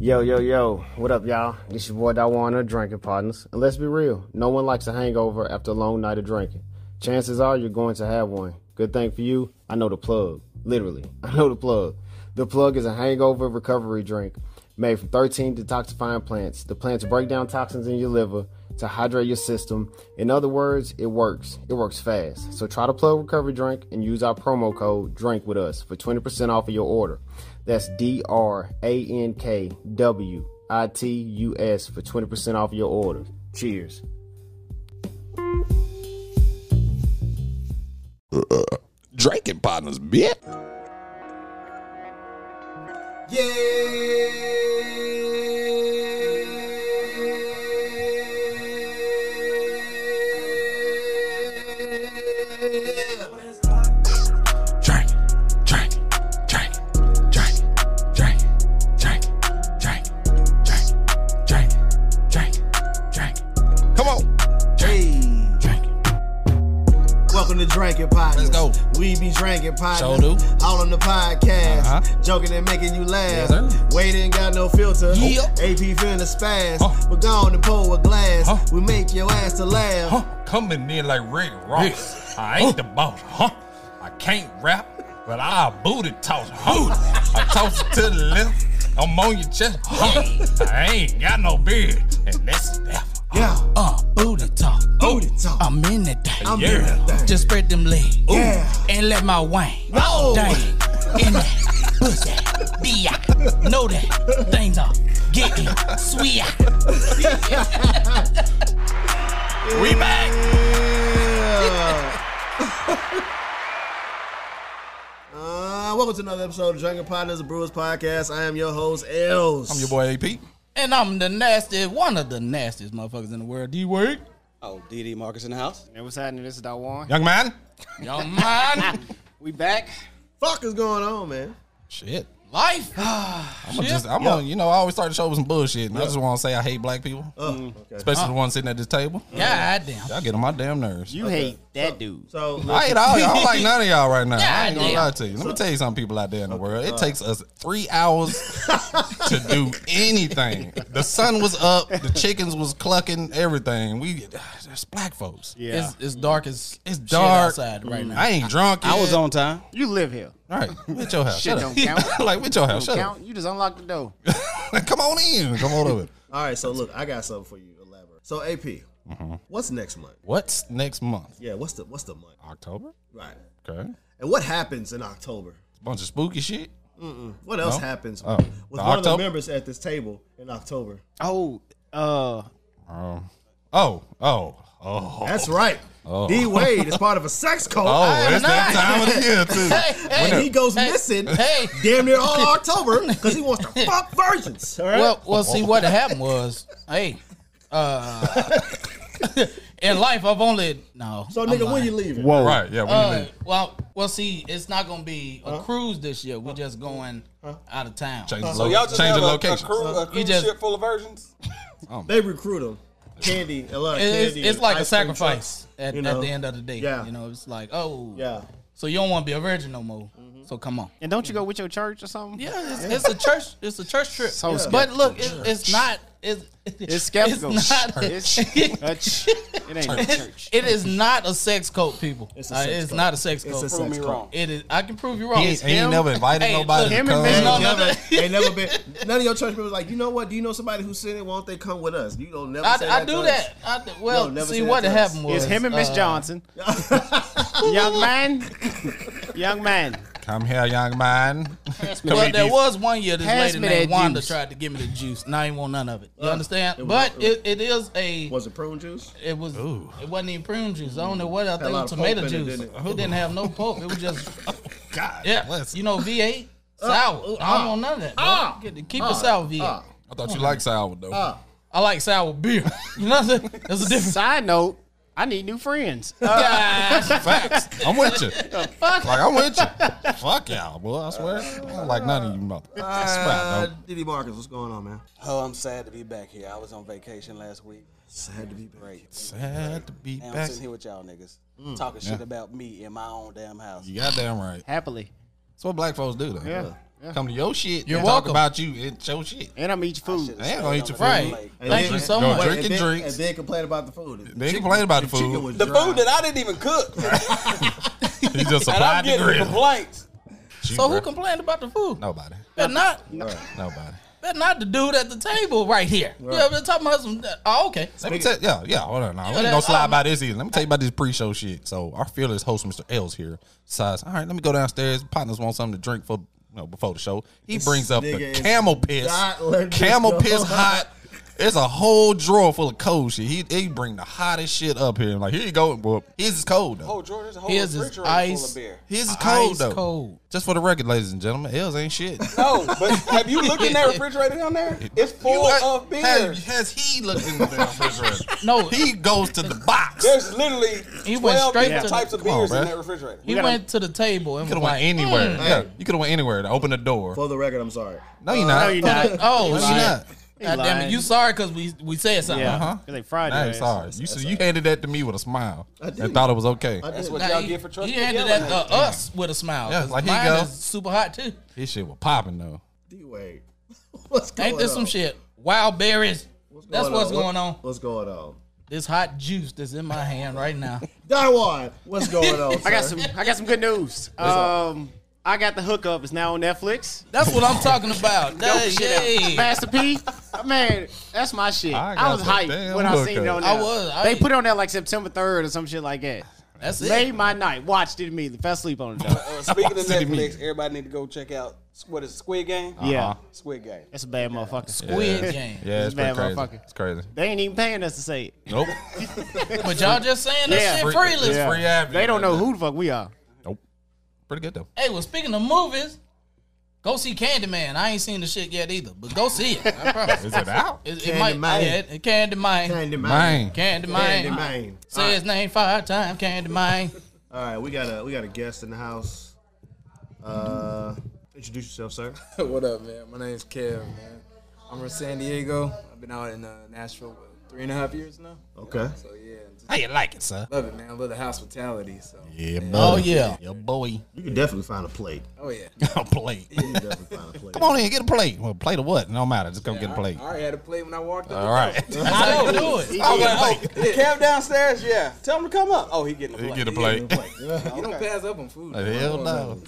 Yo, yo, yo, what up, y'all? This your boy Dawana, drinking partners. And let's be real, no one likes a hangover after a long night of drinking. Chances are you're going to have one. Good thing for you, I know the plug. Literally, I know the plug. The plug is a hangover recovery drink made from 13 detoxifying plants. The plants break down toxins in your liver to hydrate your system. In other words, it works. It works fast. So try the plug recovery drink and use our promo code DRINK with us for 20% off of your order. That's D R A N K W I T U S for 20% off your order. Cheers. Drinking partners, bitch. Drink, drink, drink, drink, drink, drink, drink, drink, drink, drink, drink. Come on, Hey, drink. welcome to Drinking Partners. Let's go. We be drinking partners. Sure do. All on the podcast. Uh-huh. Joking and making you laugh. Yes, sir. Wade ain't got no filter. Yeah. AP feeling the spaz. Huh. We're gone to pour a glass. Huh. We make your ass to laugh. coming in like Rick Ross. I ain't the boss, huh? I can't rap, but I booty toss, huh? I toss it to the left, I'm on your chest, huh? I ain't got no beard, and that's that. Yeah. Uh, booty talk. Booty talk. Uh. I'm in that thing. Oh, I'm yeah. doing that thing. Just spread them legs. Yeah. And let my wang. No. Dang. In that. Pussy. Be I. Know that. Things are getting sweet. we back. Uh, welcome to another episode of Drinking Partners, the Brewers Podcast. I am your host, Els. I'm your boy AP. And I'm the nastiest, one of the nastiest motherfuckers in the world. D word. Oh, DD Marcus in the house. And what's happening? This is Dawan. Young man, Y'all mind? We back. Fuck is going on, man? Shit. Life. I'm just, I'm on, you know, I always start the show with some bullshit, and I just want to say I hate black people, especially the ones sitting at this table. Goddamn. Y'all get on my damn nerves. You hate that dude. So, I hate all y'all. I don't like none of y'all right now. I ain't gonna Goddamn. lie to you. Let me tell you something, people out there in the world. It takes us three hours to do anything. The sun was up, the chickens was clucking, everything. We there's black folks. Yeah. It's, it's dark as It's shit dark. outside right now. I ain't drunk. I was yet. on time. You live here. All right, with your house. Shit Shut don't count. up. like with your house. Don't Shut count. You just unlock the door. up. Come on in. Come on over. all right, so look, I got something for you. Elaborate. So, AP, Mm-hmm. what's next month? What's next month? Yeah, what's the what's the month? October. Right. Okay. And what happens in October? Bunch of spooky shit. What else No? happens Oh, with the one of the October? members at this table in October? Oh, uh, Um, oh, oh, oh. That's right. D Wade is part of a sex cult. Oh, it's that not. time of the year too. Hey, and hey, he goes hey, missing hey. damn near all October because he wants to fuck virgins. All right. Well, well, see what happened was, hey, uh, in life I've only no. so, I'm nigga, when lying. you leaving? Right, yeah. When you Uh, leave. well, well, see, it's not gonna be a cruise this year. We're just going out of town. Change the, so lo- y'all just change have the a, location. a crew, a crew just- ship full of virgins. They recruit him. Candy, a lot of It- it's, candy. it's and like a ice cream sacrifice trucks, at, you know? at the end of the day. Yeah. You know, it's like, oh, Yeah. Mm-hmm. So you don't want to be a virgin no more. So come on. And don't you go with your church or something? Yeah, it's, it's a church. It's a church trip. So but look, it, it's not. It's, It's skeptical. It's not, It's- Church. It ain't a church. It is not a sex cult, people. Uh, It's It's, a sex cult. not a sex It's cult. a sex me cult. wrong. It is. I can prove you wrong. He It's ain't- ain't him. never invited Hey, nobody to look, him come. and Vince No, Ain't Oh, no, never, no. ain't never been. None of your church members like, you know what? Do you know somebody who's sinning? Won't they come with us? You don't never. say I, I that do to us. that. I do, well, No, never see say that what to us. happened was It's him and Miss uh, Johnson. young man. Young man. Come here, young man. Come Well, eat there these- was one year this Pass lady me named that Wanda juice. tried to give me the juice, and I ain't want none of it. You Uh, understand? it was- but it was- it, it is a. Was it prune juice? It was. It wasn't even prune juice. I don't know what. I think it lot was of tomato pulp in it, juice. It, didn't didn't have no pulp. It was just. God Yeah. bless. You know, V eight sour. oh, I don't ah, want none of that. bro. ah, Get- keep it sour, V eight. ah. I thought you liked sour though. I like sour beer. You know what I'm saying? There's a difference. Side note, I need new friends. Gosh, Facts. I'm with you. Like I'm with you. Fuck y'all, boy. I swear. I don't like none of you mother. I Uh, swear, dog. Diddy Marcus, what's going on, man? Oh, I'm sad to be back here. I was on vacation last week. Sad to be back. Great. Sad to be And I'm back. Mm. sitting here with y'all niggas talking shit about me in my own damn house. You goddamn right. Happily. That's what black folks do though. Yeah. Come to your shit. You're and welcome. Talk about you. It's your shit. And I'm eat your food. They ain't gonna eat your food. Right. And Thank then- you so Go much. drink. Drinking and then, drinks. And then complain about the food. They ain't complain about the chicken food. was The dry. food that I didn't even cook, and He just I'm supplied the getting grill. complaints. Shoot, So who bruh. complained about the food? Nobody. Better not. Nobody. Better not the dude at the table right here. You know, they're talking about some. Oh, okay. Let me tell yeah, yeah, hold on. Now. We ain't that- gonna slide um, by this either. Let me tell you about this pre-show shit. So our fearless host, Mr. L's here, decides, all right, let me go downstairs. Partners want something to drink for you know before the show. He brings up the nigga is camel piss. not letting Camel this go. piss hot. It's a whole drawer full of cold shit. He he bring the hottest shit up here. I'm like, here you go. Well, his is cold though. Oh, George, there's a whole Here's his refrigerator full ice. of beer. His is cold Ice though. cold. Just for the record, ladies and gentlemen, L's ain't shit. No, but have you looked in that refrigerator down there? It's full You- of beer. Has, has he looked in the damn refrigerator? No. he goes to the box. There's literally He went 12 straight different to- types of Come on, beers bruh. in that refrigerator. He gotta- went to the table and You could was have like, went anywhere. "Mm, Yeah, you could have went anywhere to open the door. For the record, I'm sorry. no, you're No, not. you're not. No, Oh, you're shit. not. God damn it. You sorry because we, we said something. Yeah. huh? Uh-huh. They fried your Nah, ass. sorry. You see, you handed that to me with a smile did. and thought it was okay. That's what Nah, y'all he, get for he trusting handed yelling that at to us with a smile. Yeah, 'cause like, here you mine go. is super hot too. His shit was popping though. D Wade. What's going Ain't this on? some shit? Wild berries. That's what's What- going on. What's going on? This hot juice that's in my hand right now. Darwan, what's going on? I got sir? some. I got some good news. Um, I got the hookup. It's now on Netflix. That's what I'm talking about. That, Shit, yeah. Master P. Man, that's my shit. I I, got was the hyped damn when I seen it hookup. on there. I was, I- they put it on there like September third or some shit like that. That's Made it. my night. Watched it immediately. Fell asleep on it. Uh-huh. Though. Uh, speaking of Send it me. Netflix, everybody need to go check out what is it, Squid Game? Yeah, Squid Game. that's a bad motherfucker. Squid game. Yeah, This it's pretty bad crazy. motherfucker. It's crazy. They ain't even paying us to say it. Nope. But y'all just saying Yeah. that shit Free- freely. it's free ad. They don't know who the fuck we are. Nope. Pretty good though. Hey, well, speaking of movies, go see Candyman. I ain't seen the shit yet either, but go see it. I promise. Is it out? It, it might. Candyman. Yeah, it- Candyman. Candy Mine. Candyman. Candyman. Say his name five times. Candyman. All right, we got a we got a guest in the house. Uh, introduce yourself, sir. What up, man? My name's Kev, man. I'm from San Diego. I've been out in uh, Nashville what, three and a half years now. Okay. So yeah, just How you like it, sir? love it, man. I love the hospitality. So Yeah, boy. Oh, yeah. Your boy. You can definitely find a plate. oh yeah. a plate. You can definitely find a plate. Come on in, get a plate. Well, plate of what? No matter. Just come get a plate. I already had a plate when I walked up. All right. That's how you do it. I'll get a plate. Cam downstairs, yeah. Tell him to come up. Oh, he getting a plate. Get a plate. You don't pass up on food. man. Hell no.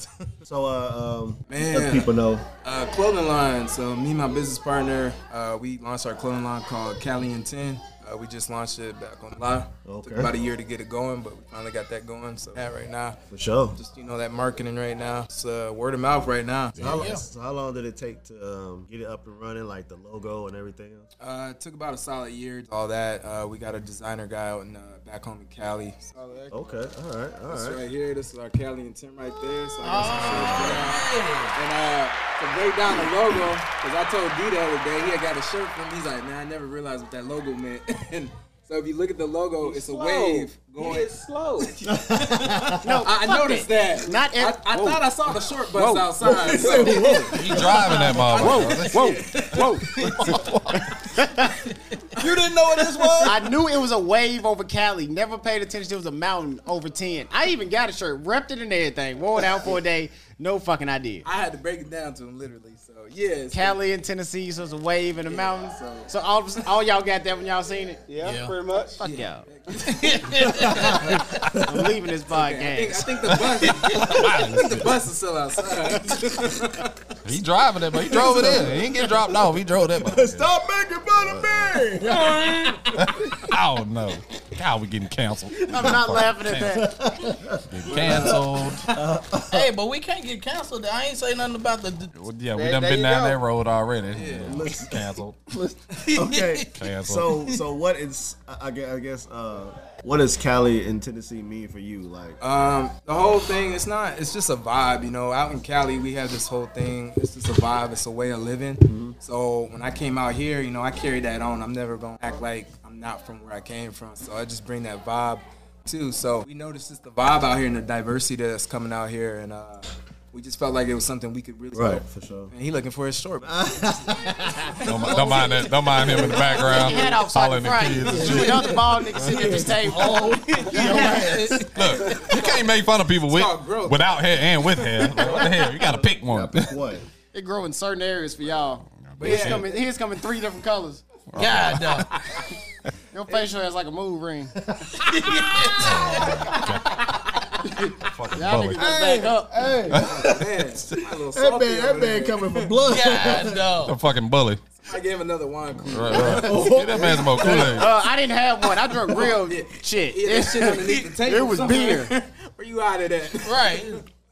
So, uh, um, Man. let people know. Uh, clothing line. So me and my business partner, uh, we launched our clothing line called Cali and Ten. Uh, we just launched it back on live. Okay. Took about a year to get it going, but we finally got that going. So that right now, For sure. just you know that marketing right now. It's uh, word of mouth right now. How, so how long did it take to um, get it up and running, like the logo and everything else? Uh, it took about a solid year. All that. Uh, we got a designer guy out in, uh, back home in Cali. Solid. Okay, all right, all This right. right here, this is our Cali and Tim right there. So I got some shirts for Oh! that. And uh, to break down the logo, because I told D the other day, he had got a shirt from me. He's like, man, I never realized what that logo meant. and so if you look at the logo, it's a wave He going. is slow. No, I, I fuck noticed it. that. Not I, every- I thought I saw the short bus outside. So, He driving that motherfucker. Whoa, whoa. you didn't know what this was? I knew it was a wave over Cali. Never paid attention. It was a mountain over 10. I even got a shirt, repped it and everything. Wore it out for a day. No fucking idea. I had to break it down to him literally. So yeah, so Cali in Tennessee, so it's a wave in the mountains. so- So all, of a sudden- all y'all got that when y'all seen it? Yeah, Yeah. pretty much. Fuck y'all. I'm leaving this I think, I podcast. think the bus. I think the bus is still outside. He driving that, but he drove it in. He didn't get dropped off. He drove that. motherfucker. Stop making fun of me. I don't know. God, we getting canceled. I'm not laughing at that. Getting canceled. Hey, but we can't get canceled. I ain't say nothing about the. Well, yeah, we There- done there been you down go. that road already. Yeah. Canceled. Okay. Canceled. So, so what is? I I guess, I guess uh, what does Cali in Tennessee mean for you? Like, Um, the whole thing, it's not, it's just a vibe, you know. Out in Cali, we have this whole thing. It's just a vibe, it's a way of living. Mm-hmm. So when I came out here, you know, I carry that on. I'm never going to act like I'm not from where I came from. So I just bring that vibe too. So we noticed just the vibe out here and the diversity that's coming out here. And uh, we just felt like it was something we could really right, for sure. And he looking for his short. Don't, mi- don't mind that. Don't mind him in the background. Head off so I Hollering can at fry kids you. and You shit. Oh. know the bald nigga sitting at this table. Look, you can't make fun of people with called growth. without hair and with hair. Like, what the hell? You gotta pick one. What? It grow in certain areas for y'all. But it's coming, his coming three different colors. God, dog. Your facial has like a mood ring. Y'all Fucking niggas bullet. just back up. Man, my little That softy man, that over man there. coming for blood. God, dog. A fucking bully. I gave another wine cooler. Right, right. Oh. Get that man some more Kool Aid. Uh, I didn't have one. I drank real shit. Yeah, that shit underneath the table. It was somewhere. beer. Where you out of that? Right.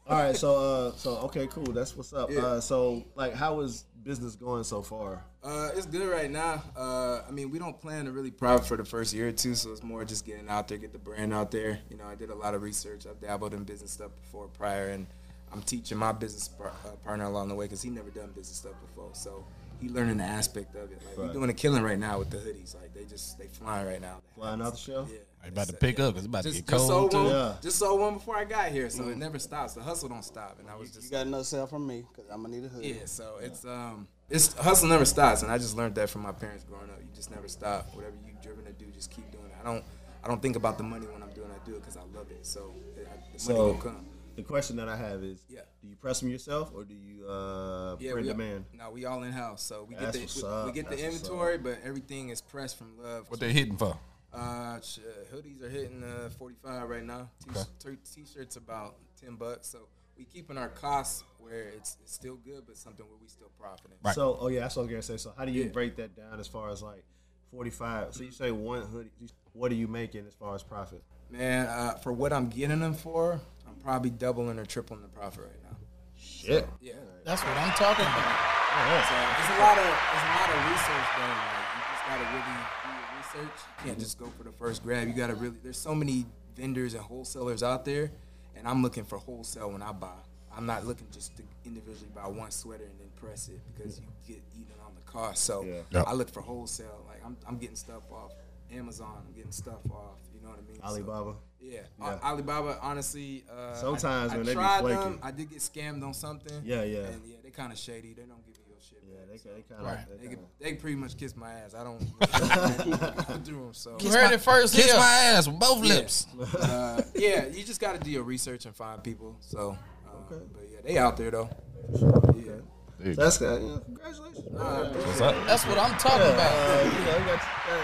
All right, so uh, so okay, cool. That's what's up. Yeah. Uh, so like, how is business going so far? Uh, it's good right now. Uh, I mean, we don't plan to really profit for the first year or two, so it's more just getting out there, get the brand out there. You know, I did a lot of research. I've dabbled in business stuff before prior, and I'm teaching my business par- uh, partner along the way because he never done business stuff before. So he learning the aspect of it. Like Right. we're doing a killing right now with the hoodies. Like they just they flying right now. Flying out the show. Yeah. They about to pick up. It's about to Just, get just sold cold. one. too. Yeah. Just sold one before I got here, so Mm. it never stops. The hustle don't stop, and I was You just got another sale from me because I'm gonna need a hood. yeah, so it's um, it's hustle never stops, and I just learned that from my parents growing up. You just never stop. Whatever you driven to do, just keep doing it. I don't, I don't think about the money when I'm doing. it. I do it because I love it. So it, I, the money So- will come. The question that I have is, Yeah. do you press them yourself or do you uh, Yeah, print we, demand? No, we all in house, so we get That's the what's we, up, we get the that's what's up. inventory, but everything is pressed from love. What they hitting for? Uh, shit, hoodies are hitting uh, 45 right now. T- T-shirts about 10 bucks. So we keeping our costs where it's, it's still good, but something where we still profiting. Right. So, oh yeah, that's what I was gonna say. So, how do you Yeah. break that down as far as like forty-five? So you say one hoodie. What are you making as far as profit? Man, uh, for what I'm getting them for, I'm probably doubling or tripling the profit right now. Shit. Yeah. That's what I'm talking about. So it's a lot of it's a lot of research done. Like, you just gotta really do your research. You can't just go for the first grab. You gotta really. There's so many vendors and wholesalers out there, and I'm looking for wholesale when I buy. I'm not looking just to individually buy one sweater and then press it because you get eaten on the cost. So Yeah. Yep. I look for wholesale. Like I'm, I'm getting stuff off Amazon. I'm getting stuff off. You know what I mean? So- Alibaba. Yeah. Yeah. A- Alibaba, honestly, uh, Sometimes, I, I man, they be tried flaky. them. I did get scammed on something. Yeah, yeah. And yeah, they kind of shady. They don't give you your shit. Yeah, back. they, So they kind of. Right. they, could- they pretty much kiss my ass. I don't do them. So You heard it first Kiss here. my ass with both lips. uh, yeah, you just got to do your research and find people. So, uh, but yeah, they out there though. Yeah. So that's good. Yeah, congratulations. man. What's up? That's what I'm talking about. Uh, you know, you got, uh,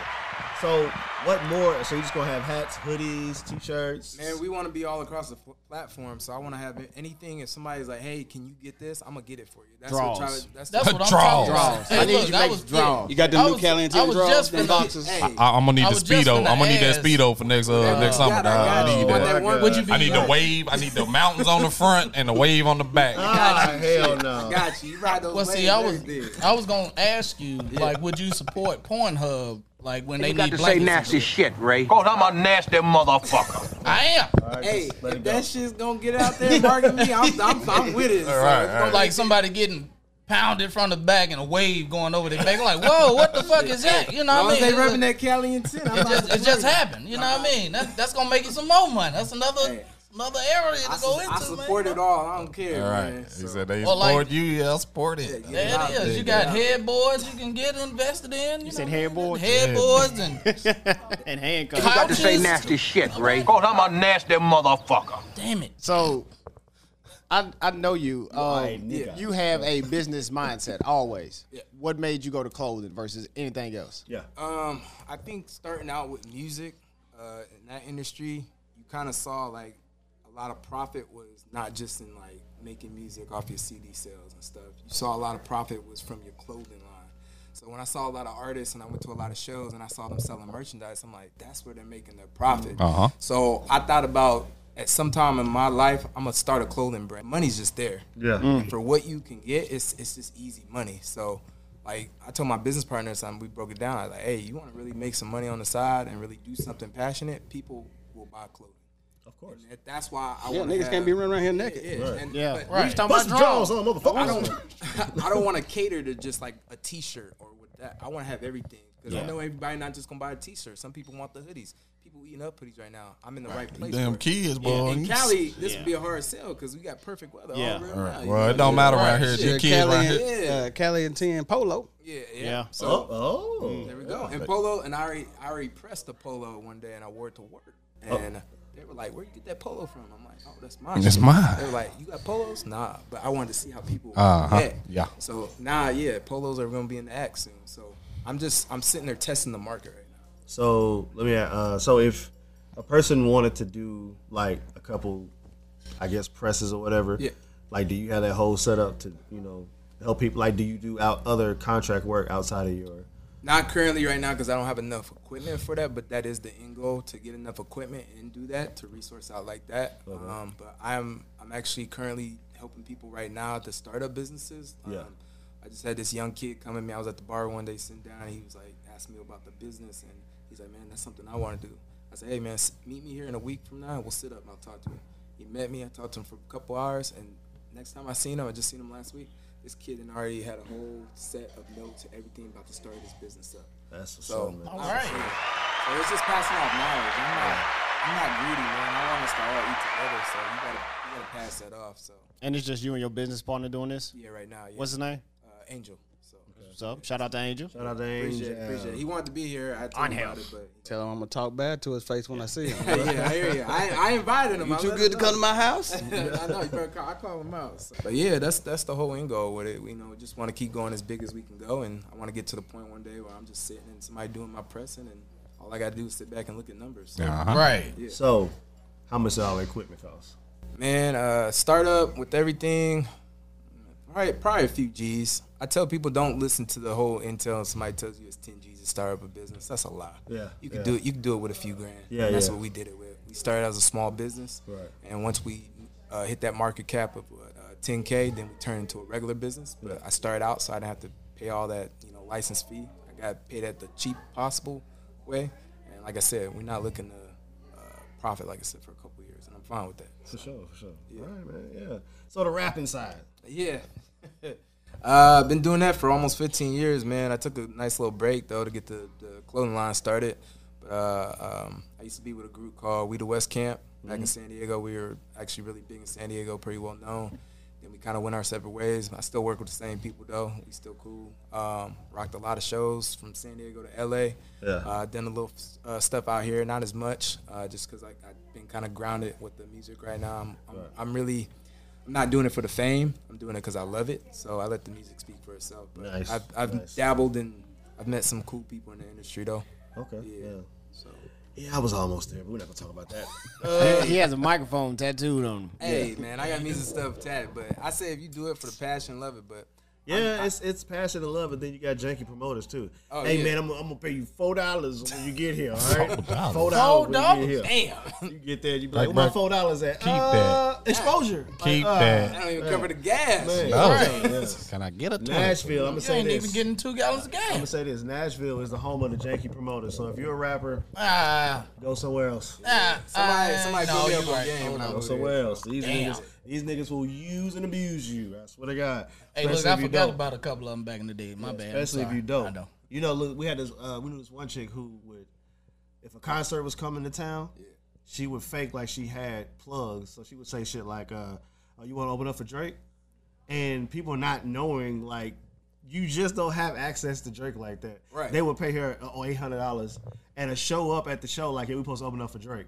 so what more? So you just gonna have hats, hoodies, t-shirts. Man, we want to be all across the pl- platform. So I want to have it- anything. If somebody's like, "Hey, can you get this?" I'm gonna get it for you. That's Draws. what Travis. That's That's what I'm Draws. talking about. Draws. I need you to I make was draws. You got I them new was- Cali and I Tim was draws, just them finna- boxes. Hey, I, am gonna need I the was just speedo. I'm finna gonna need that ask. speedo for next uh, next I summer. got it, dog. I got I it. need Want that. that one? Would you be I need the wave. I need the mountains on the front and the wave on the back. Ah, hell no. Got you. You ride those Well, waves see, I and was everything. I was gonna ask you, like, would you support Pornhub, like, when they You got need to say blankets? and nasty shit, shit? Ray. Cause I'm a nasty motherfucker. I am. Hey, Just let it if go. that shit's gonna get out there and market me, I'm, I'm, I'm with it. So right, if it's all gonna- Like somebody getting pounded from the back and a wave going over their back. Like, whoa, what the fuck is that? You know what As long I mean? as they It's repping a- that Cali and 10, I'm It not just, it just happened. You know what I mean? That, that's gonna make you some more money. That's another Hey. another area I, to su- go into. I support man. it all. I don't care. All right. Man. He So, said they Or support like- you. Yeah, I support it. Yeah, There it is. You got headboards you can get invested in. You, said know, headboards? Headboards and and handcuffs. You got to say Ouches. nasty shit, Ray. Cause I'm a nasty motherfucker. damn it. So, I I know you. Um, nigga. you have a business mindset always. What made you go to clothing versus anything else? Yeah. Um, I think starting out with music, uh, in that industry, you kind of saw like a lot of profit was not just in like making music off your CD sales and stuff. You saw a lot of profit was from your clothing line. So when I saw a lot of artists and I went to a lot of shows and I saw them selling merchandise, I'm like, that's where they're making their profit. Uh-huh. So I thought about at some time in my life, I'm gonna start a clothing brand. Money's just there Yeah. for what you can get, it's it's just easy money. So, like I told my business partner, something we broke it down. I was like, hey, you want to really make some money on the side and really do something passionate, people will buy clothing. Of course. And that- that's why I Yeah, wanna niggas have- can't be running around here naked. Yeah, right. and, Yeah, but We was Right. talking Put about some draws draws. on, motherfucker. I don't, I don't want to cater to just like a T-shirt or with that. I want to have everything because I know everybody not just gonna buy a T-shirt. Some people want the hoodies. People eating up hoodies right now. I'm in the right place. Damn for it. kids, Yeah, boy. In You- Cali, this would be a hard sell because we got perfect weather. Yeah. all real All now, right. you Well, know? it don't matter Right. around here. It's your kids Cali right and, here. Yeah. uh, Cali and 10 polo. Yeah, yeah. Yeah. So Oh, oh. Oh. Oh. there we go. And polo, and I already, I already pressed the polo one day, and I wore it to work, and They were like, "Where you get that polo from?" I'm like, "Oh, that's mine." It's mine. They were like, "You got polos?" Nah, but I wanted to see how people. Uh-huh, react. yeah. So nah, yeah, polos are gonna be in the act soon. So I'm just I'm sitting there testing the market right now. So let me. Uh, so if a person wanted to do like a couple, I guess presses or whatever. Yeah. Like, do you have that whole setup to you know help people? Like, do you do out other contract work outside of your? Not currently right now because I don't have enough equipment for that, but that is the end goal to get enough equipment and do that to resource out like that. Um, but I'm I'm actually currently helping people right now to start up businesses. Um, Yeah. I just had this young kid come at me. I was at the bar one day sitting down, and he was like asking me about the business, and he's like, "Man, that's something I want to do." I said, "Hey, man, s- meet me here in a week from now. and We'll sit up. and I'll talk to him." He met me. I talked to him for a couple hours, and next time I seen him, I just seen him last week. This kid had already had a whole set of notes and everything about to start his business up. That's what's So, up, man. all right. So it's just passing off knowledge. I'm not, I'm not greedy, man. I want us to all eat together, so you gotta, you gotta pass that off. So And it's just you and your business partner doing this. yeah, right now, yeah. What's his name? uh, Angel? So What's up? Shout out to Angel. Shout out to appreciate, Angel. it, appreciate. it. He wanted to be here. I told him about it, but Tell him I'm gonna talk bad to his face when I see him. yeah, I hear you. I, I invited him. You I too let good to him come to know. my house? I know you better call, I call him out. so. But yeah, that's that's the whole end goal with it. We you know just want to keep going as big as we can go, and I want to get to the point one day where I'm just sitting and somebody doing my pressing, and all I gotta do is sit back and look at numbers. So, Right. So, how much does all the equipment cost? Man, uh, startup with everything, probably, probably a few G's. I tell people don't listen to the whole intel. and Somebody tells you it's ten G's to start up a business. That's a lie. Yeah, you can yeah. do it. You can do it with a few grand. Yeah, And that's yeah. what we did it with. We started as a small business, Right. and once we uh, hit that market cap of what, uh, 10k, then we turned into a regular business. But I started out, so I didn't have to pay all that you know license fee. I got paid at the cheap possible way, and like I said, we're not looking to uh, profit like I said for a couple years, and I'm fine with that. For sure, for sure. Yeah. All right, man. Yeah. So the rapping side. Yeah. Uh, been doing that for almost 15 years, man. I took a nice little break though to get the, the clothing line started. But uh, um, I used to be with a group called We the West Camp back in San Diego. We were actually really big in San Diego, pretty well known. Then we kind of went our separate ways. I still work with the same people though. We still cool. Um, rocked a lot of shows from San Diego to LA. Yeah. Uh, done a little uh, stuff out here, not as much, uh, just because like I've been kind of grounded with the music right now. I'm, I'm, I'm really, I'm not doing it for the fame. I'm doing it because I love it. So I let the music speak for itself. But Nice, I've, I've nice. dabbled and I've met some cool people in the industry though. Okay. Yeah. Yeah. So Yeah, I was almost there, but we're not gonna talk about that. Uh, He has a microphone tattooed on him. hey, man, I got music stuff tatted, but I say if you do it for the passion, love it. But Yeah, it's it's passion and love, and then you got janky promoters too. Oh, hey yeah. man, I'm, I'm gonna pay you four dollars when you get here. All right, four dollars when you get here. You get there, you be like, Like, where my bro, four dollars at? keep uh, exposure. Keep like, uh, I that. don't even cover the gas. Man, Oh, right. Can I get a twenty? Nashville. I'm gonna You say ain't this. even getting two gallons a I'm game. gonna say this. Nashville is the home of the janky promoters. So if you're a rapper, Ah. go somewhere else. Somebody, somebody uh, no, put me you up on right. game when I Go was somewhere else. These Oh, Damn. niggas, these niggas will use and abuse you. I swear to God. Hey, look, Especially I if you forgot dope. about a couple of them back in the day. My bad. I'm Especially if sorry. you dope. I know. You know, look, we had this. Uh, we knew this one chick who would, if a concert was coming to town, she would fake like she had plugs. So she would say shit like, uh, "Oh, you want to open up for Drake?" And people not knowing like. You just don't have access to Drake like that. Right. They would pay her oh, eight hundred dollars and a show up at the show like, "Yeah, we supposed to open up for Drake,"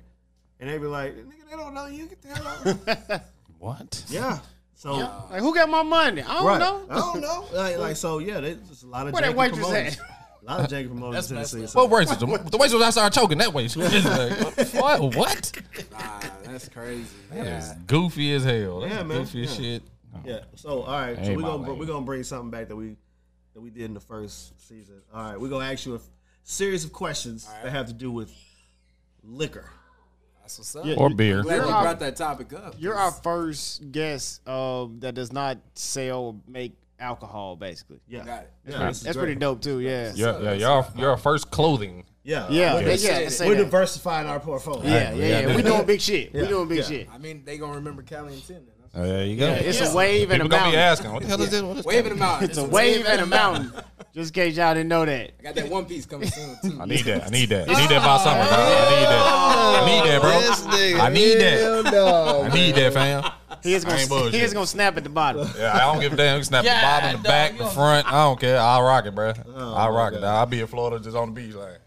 and they'd be like, "Nigga, they don't know you. Get the hell out." of here." What? yeah. So Like, who got my money? I don't right. Uh, know. I don't know. Like, like so, yeah, there's just a lot of Where that janky waitress promoters. at? A lot of janky promoters in Tennessee. So. What race is the, the race was I started choking that way. She was like, what? What? Nah, Ah, that's crazy. That Yeah. is goofy as hell. That's Yeah, the man. goofy as Yeah. shit. Yeah. So, all right. Hey, so we're my gonna lady. we're gonna bring something back that we that we did in the first season. All right. We're gonna ask you a series of questions that have to do with liquor. That's what's up. Or beer. Glad you our- brought that topic up. You're our first guest um, that does not sell or make alcohol, basically. Yeah. Got it. Yeah. Right. this is That's great. pretty dope too. Yeah. Yeah, yeah, y'all, y'all first clothing. Yeah. Yeah, We're, they- dis- yeah, they say we're that. diversifying our portfolio. Yeah, yeah, yeah. We doing big shit. Yeah, We doing big yeah. shit. I mean, they gonna remember Cali and Tin. Uh, then. there Oh, you go. It's a wave and People a gonna be mountain. asking, what the hell is this? What is Waving them out. It's a wave and a mountain. Just in case y'all didn't know that. I got that one piece coming soon too. I need that. I need that. I need that by summer, dog. I need that. I need that, bro. I need that. Hell no. I need that, fam. He is I ain't gonna he bullshit. is gonna snap at the bottom. Yeah, I don't give a damn. You can snap Yeah, the bottom, the dog, back, you the don't- front. I don't care. I'll rock it, bro. I'll my rock it. God. dog. I'll be in Florida just on the beach. Like,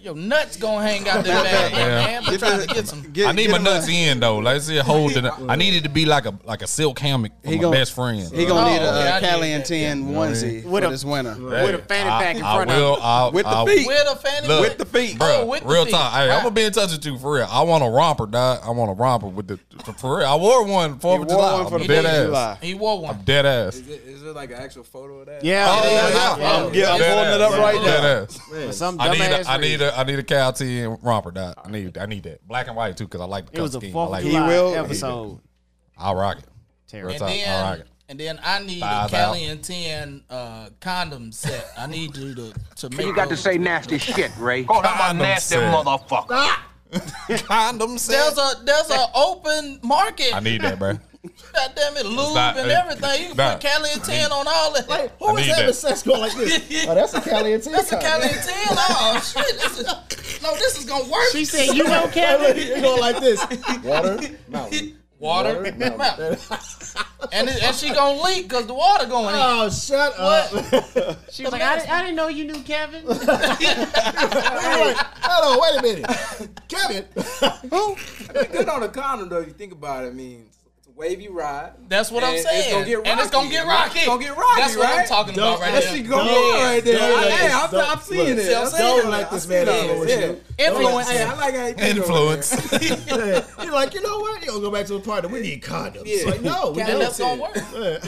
Your nuts gonna hang out there, man. Yeah. man. I'm trying to get some. I need my nuts in though. Like, see a hold in. it. I need it to be like a like a silk hammock for He my gonna- best friend. He gonna Oh, need a okay, I uh, need Cali that, and ten You know what I onesie With for a- this winter. Oh, with a fanny I- pack in I front will, of him. I'll, With the I'll- feet. With a fanny Look, pack. bruh, Oh, with the real feet. talk. Hey, I'm gonna be in touch with you for real. I want a romper, dog. I want a romper with the for real. I wore one Fourth of wore July. one for I'm the dead Fourth of ass. July. He wore one. I'm dead ass. Is it, is it like an actual photo of that? Yeah, Oh, yeah, yeah, yeah. I'm- yeah, I'm Dead holding it ass. up right Dead now. For some I need, dumbass a, I need reason. a, I need a cow tee and romper. Dot. I need, I need that black and white too because I like the It color was a scheme. I Fourth of like July it. will- episode. I'll rock it. Real Terrible. And talk, I'll rock it. then, and then I need a Thighs Cali and ten uh, condom set. I need you to to make. You got to those. say nasty shit, Ray. Call him Condom a nasty said. motherfucker. Condom set. There's a there's a open market. I need that, bro. God damn it, lube not- and everything. You can nah. put Cali and ten on all that. Like, I Who is need having that. sex going like this? Oh, that's a Cali and Tia that's a comment. Cali and ten. Oh shit, this is no, this is gonna work. She said, "You know, Cali." It go like this. Water, mountain. water, and it, and she gonna leak because the water going in. Oh, shut up. She was like, I, didn't- "I didn't know you knew Kevin." Hold on, wait a minute. Kevin. It'd be good on a condom though. If you think about it, I mean, it's a wavy ride. That's what I'm And it's saying. gonna get and it's gonna rocky. get rocky. It's gonna get rocky, That's what I'm right? talking about right That there. shit going on right there. Don't let Hey, this- I'm, don't- I'm seeing look, it. I'm don't seeing let it. this I'm man seeing it. influence Yeah. you. Influence. Hey, I like how you think Influence. over You're like, you know what? You're going to go back to the party. We need condoms. Yeah. Like, no, we Yeah, And don't. that's gonna work. there.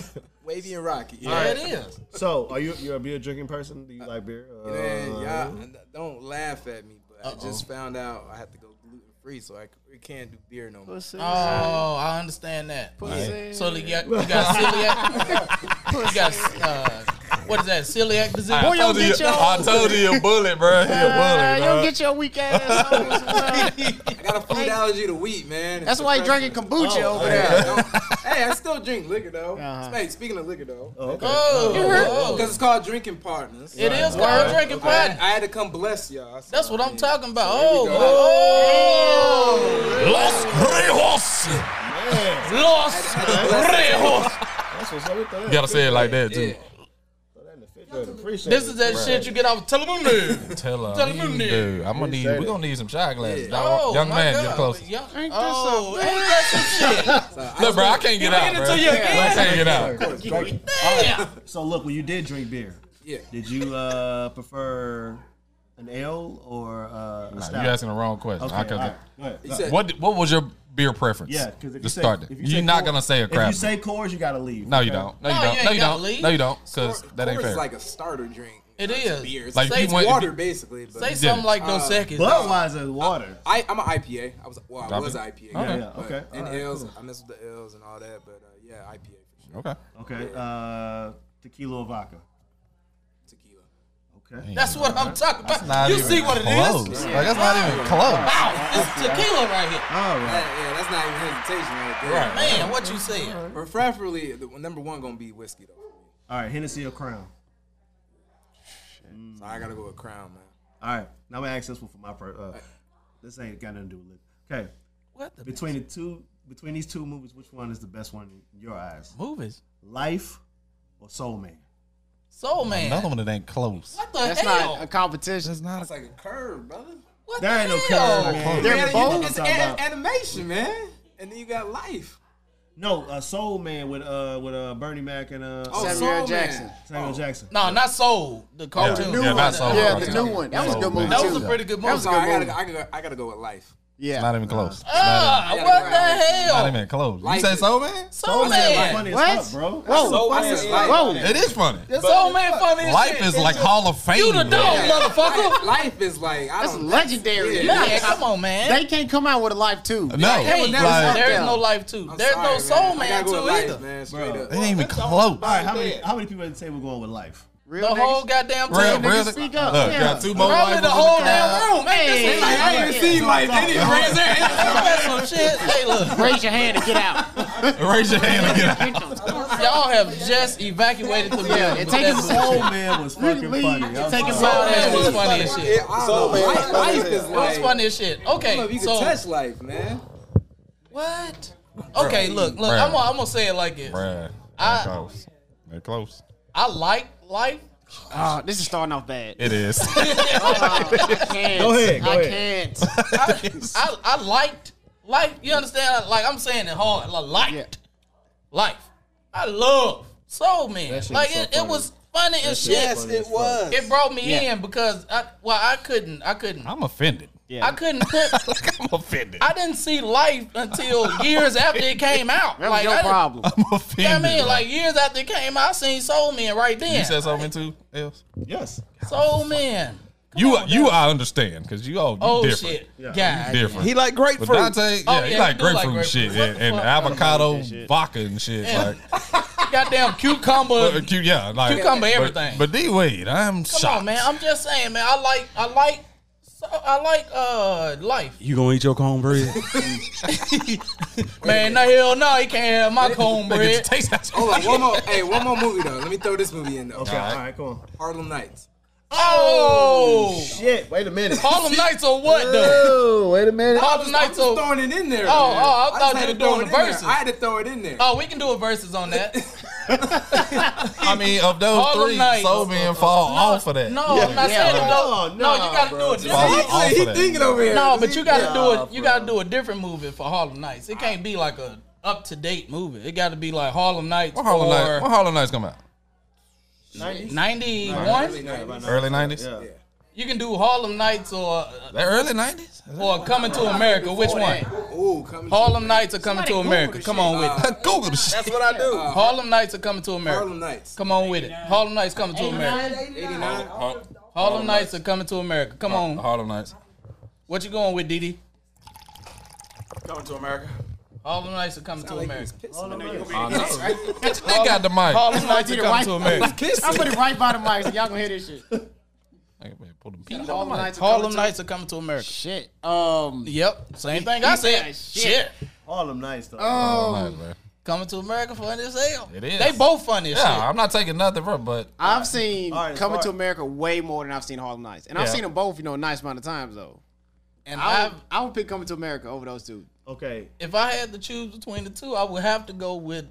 Wavy and rocky. Yeah. There it is. So, are you you're a beer drinking person? Do you like beer? Man, Uh, y'all don't laugh at me, but I just found out I have to go gluten free, so I c- we can't do beer no more. Oh, I understand that. So you got, you got celiac. you got uh, what is that? Celiac disease. Oh, I told get you, your- I told you, you a bullet, bro. You a Uh, bullet, you don't dog. get your weak ass. on as well. I got a food allergy to wheat, man. It's That's why you depressing. drinking kombucha Oh, over Yeah, there. don't- hey, I still drink liquor though. Uh-huh. Hey, speaking of liquor though, oh, okay. Oh, oh. because it's called drinking partners. it is called drinking I had, party. I had to come bless y'all. So, That's what I I'm mean, talking about. here Oh, we go. oh, Los Rejos. Man, lost Rejos. that's what's up with that. You gotta say it like that too. Throw that in the refrigerator. Appreciate This it. is that shit you get off Telemundo. Tell Tell him, him, dude. dude. I'm gonna need. said We it. gonna need some shot glasses, dog. Oh, Young my man, God. you're close. Young, Ain't that oh, some- ain't that some shit? Look, bro, I can't get out, it bro. to you again. I can't get out. Damn. So look, when you did drink beer, Yeah. did you uh, prefer an ale or uh, a You stout? asking the wrong question. Okay, I could- all right. Go ahead. He said, What What was your beer preference? Yeah, because if you Just say, start if there. you say You're not Coors- gonna say a If crap. you say Coors, you gotta leave. No, you okay? don't. No, No, you you don't. ain't No, you gotta don't. leave. No, you don't. Because that ain't Coors fair. is like a starter drink. It It's is. beer. It's Like, like if you went- water if you- basically. But Say Yeah. something like Uh, no seconds. Budweiser is water. I, I'm an IPA. I was well, I Drop was it. IPA. Yeah, yeah, but- okay. And All right, L's, cool. I mess with the L's and all that, but uh, yeah, IPA for sure. Okay. Okay. Uh, tequila or vodka. Tequila. Okay. That's what I'm talking about. Not You even see what it close. is? Like, that's not even close. Wow, it's tequila right here. All right. That- yeah, that's not even hesitation right there. Right. Man, what you saying? But preferably, the, number one gonna be whiskey though. All right. Hennessy or Crown. So I gotta go with Crown, man. All right. Now I'm gonna ask this one for my first. Uh, this ain't got nothing to do with it. Okay. What the Between the two, between these two movies, which one is the best one in your eyes? movies? Life or Soul Man? Soul Man. Another one that ain't close. What the That's hell? not a competition. That's not. That's like a curve, brother. what There ain't the no hell? curve, man. They're Yeah, you- both- It's an- animation, man. And then you got life. No, uh, Soul Man with uh with uh Bernie Mac and uh Oh, Samuel Soul Man. Jackson. Samuel Jackson. No, not Soul. The cartoon. Yeah, not Soul. Yeah, okay. the new one. That was a good movie That was a too. pretty good movie. That was a So good I movie. gotta, I gotta, I gotta go with life. Not Yeah. even close. Not Ah, what the even- hell? Not even close. You Like said it. so, man. Soul That's Man. funny What? as fuck, bro. Whoa. So Whoa. I said life. Whoa. It is funny. Soul Man funny as Life shit. is like Hall of Fame. You the dog, man. motherfucker. Life, life is like I That's don't. legendary. Yeah, come on, man. They can't come out with a life too. No, Hey, like, never said there is that. no life too. I'm There's sorry, no soul I man gotta too go with life, either. man. Straight Bro. it ain't up. even close. All right, how many how many people at the table going with life? Real The whole niggas. goddamn Real, table. real. niggas speak up. Look, Yeah. got two more. Probably lifers the in whole car. damn room. Ain't this Hey. like, I ain't even seen life. Any friends there? some shit? Hey, look, Raise your hand and get out. Raise your hand and get out. y'all have just evacuated the building. and take his Soul Man was fucking Really? funny. I'm Take sorry. his Soul Man was funny as shit. Yeah, I don't know. Life, life is It was like. funny as shit. I don't know if Okay, you can so touch life, man. what? Okay, look, look, Bruh. I'm, gonna- I'm gonna say it like this. Bruh. I- They're close. They're close. I like life. Oh, this is starting off bad. Ah, It is. I can't. Go ahead, go I ahead. can't. I, I liked life. You understand? Like I'm saying it hard. Like liked life. I love Soul Man. shit Like was so it, it funny. was funny and shit. Yes, it was. It brought me Yeah. in because I well I couldn't I couldn't I'm offended. Yeah. I couldn't put I'm offended. I didn't see life until years after it came out. That like was your I didn't- problem. I'm You know offended. what I mean? bro. Like years after it came out, I seen Soul Man right you then. said something too. Else, Yes. Soul Man. you you I understand because you all you Oh different. shit. Yeah. Different. He like But grapefruit. Dante, yeah, Oh, he yeah, like he do like grapefruit, grapefruit. shit What and, the and fuck? avocado vodka and shit. Yeah. Like, Goddamn cucumber. but, yeah, like Cucumber but- everything. But D Wade, I'm Come shocked. on, man. I'm just saying, man. I like, I like, so, I like, uh, life. You gonna eat your cornbread? Man, no hell no, he can't have my Nigga, cornbread. taste that. Hold on, one more. hey, one more movie though. Let me throw this movie in though. Okay. All right. Come on. Harlem Nights. Oh, Shit. Wait a minute. Harlem Nights or what though? Oh, wait a minute. Harlem Nights I'm just or throwing it in there. Oh, oh, I just thought had you to were doing throw it the in there. verses. I had to throw it in there. oh, we can do a verses on that. I mean, of those Harlem three, Nights. Soul Man fall No, off of Oh, that. No, I'm not Yeah. saying no. No, you gotta do it. Fall different. off of Actually, he that. thinking over here. No, but you gotta Nah, do it. You gotta do a different movie for Harlem Nights. It can't be like a up to date movie. It gotta be like Harlem Nights What Harlem Nights? What or Harlem Nights come out? ninety You one. know what I mean? Early nineties. Yeah. You can do Harlem Nights or The early nineties. or Coming to America. Which one? Ooh, coming to Harlem Nights are coming to America. Come on with it. Google the shit. That's what I do. Uh, Harlem Nights are coming to Harlem America. Nights. Come on with it. Harlem Nights coming to America. 89. Harlem Nights are coming to America. Come on. Harlem Nights. What you going with, Didi? Coming to America. Harlem Nights are coming to Like, America. he's pissing. I know you're gonna be against it, right? They got the mic. Harlem Nights are coming to America. I put it right by the mic so y'all gonna hear this shit. Nigga, man, pull the beat on Harlem the mic. Nights. are Harlem coming Nights are coming to America. to- Shit. Um. Yep, same thing I said. Shit. Harlem Nights though. Harlem Nights, man. Coming to America funny as hell. It is. They both funny as Yeah, shit. I'm not taking nothing from, it, but I've seen All right, Coming all to right. America way more than I've seen Harlem Nights, and I've Yeah. seen them both, you know, a nice amount of times though. And I I, would, I would pick Coming to America over those two. Okay. if I had to choose between the two, I would have to go with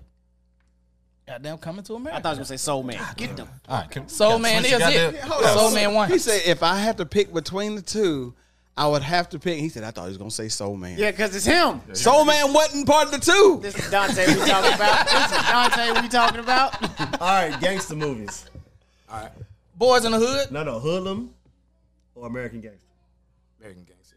goddamn coming to America. I thought you were gonna say Soul Man. Get them. all right. Can, Soul gotta Man switch is the it. goddamn- Soul Man one. He said, if I had to pick between the two, I would have to pick. He said, I thought he was gonna say Soul Man. Yeah, because it's him. Soul Man wasn't part of the two. This is Dante we talking about. This is Dante we talking about. All right. Gangster movies. Boys in the Hood. No, no. Hoodlum or American Gangster. American Gangster.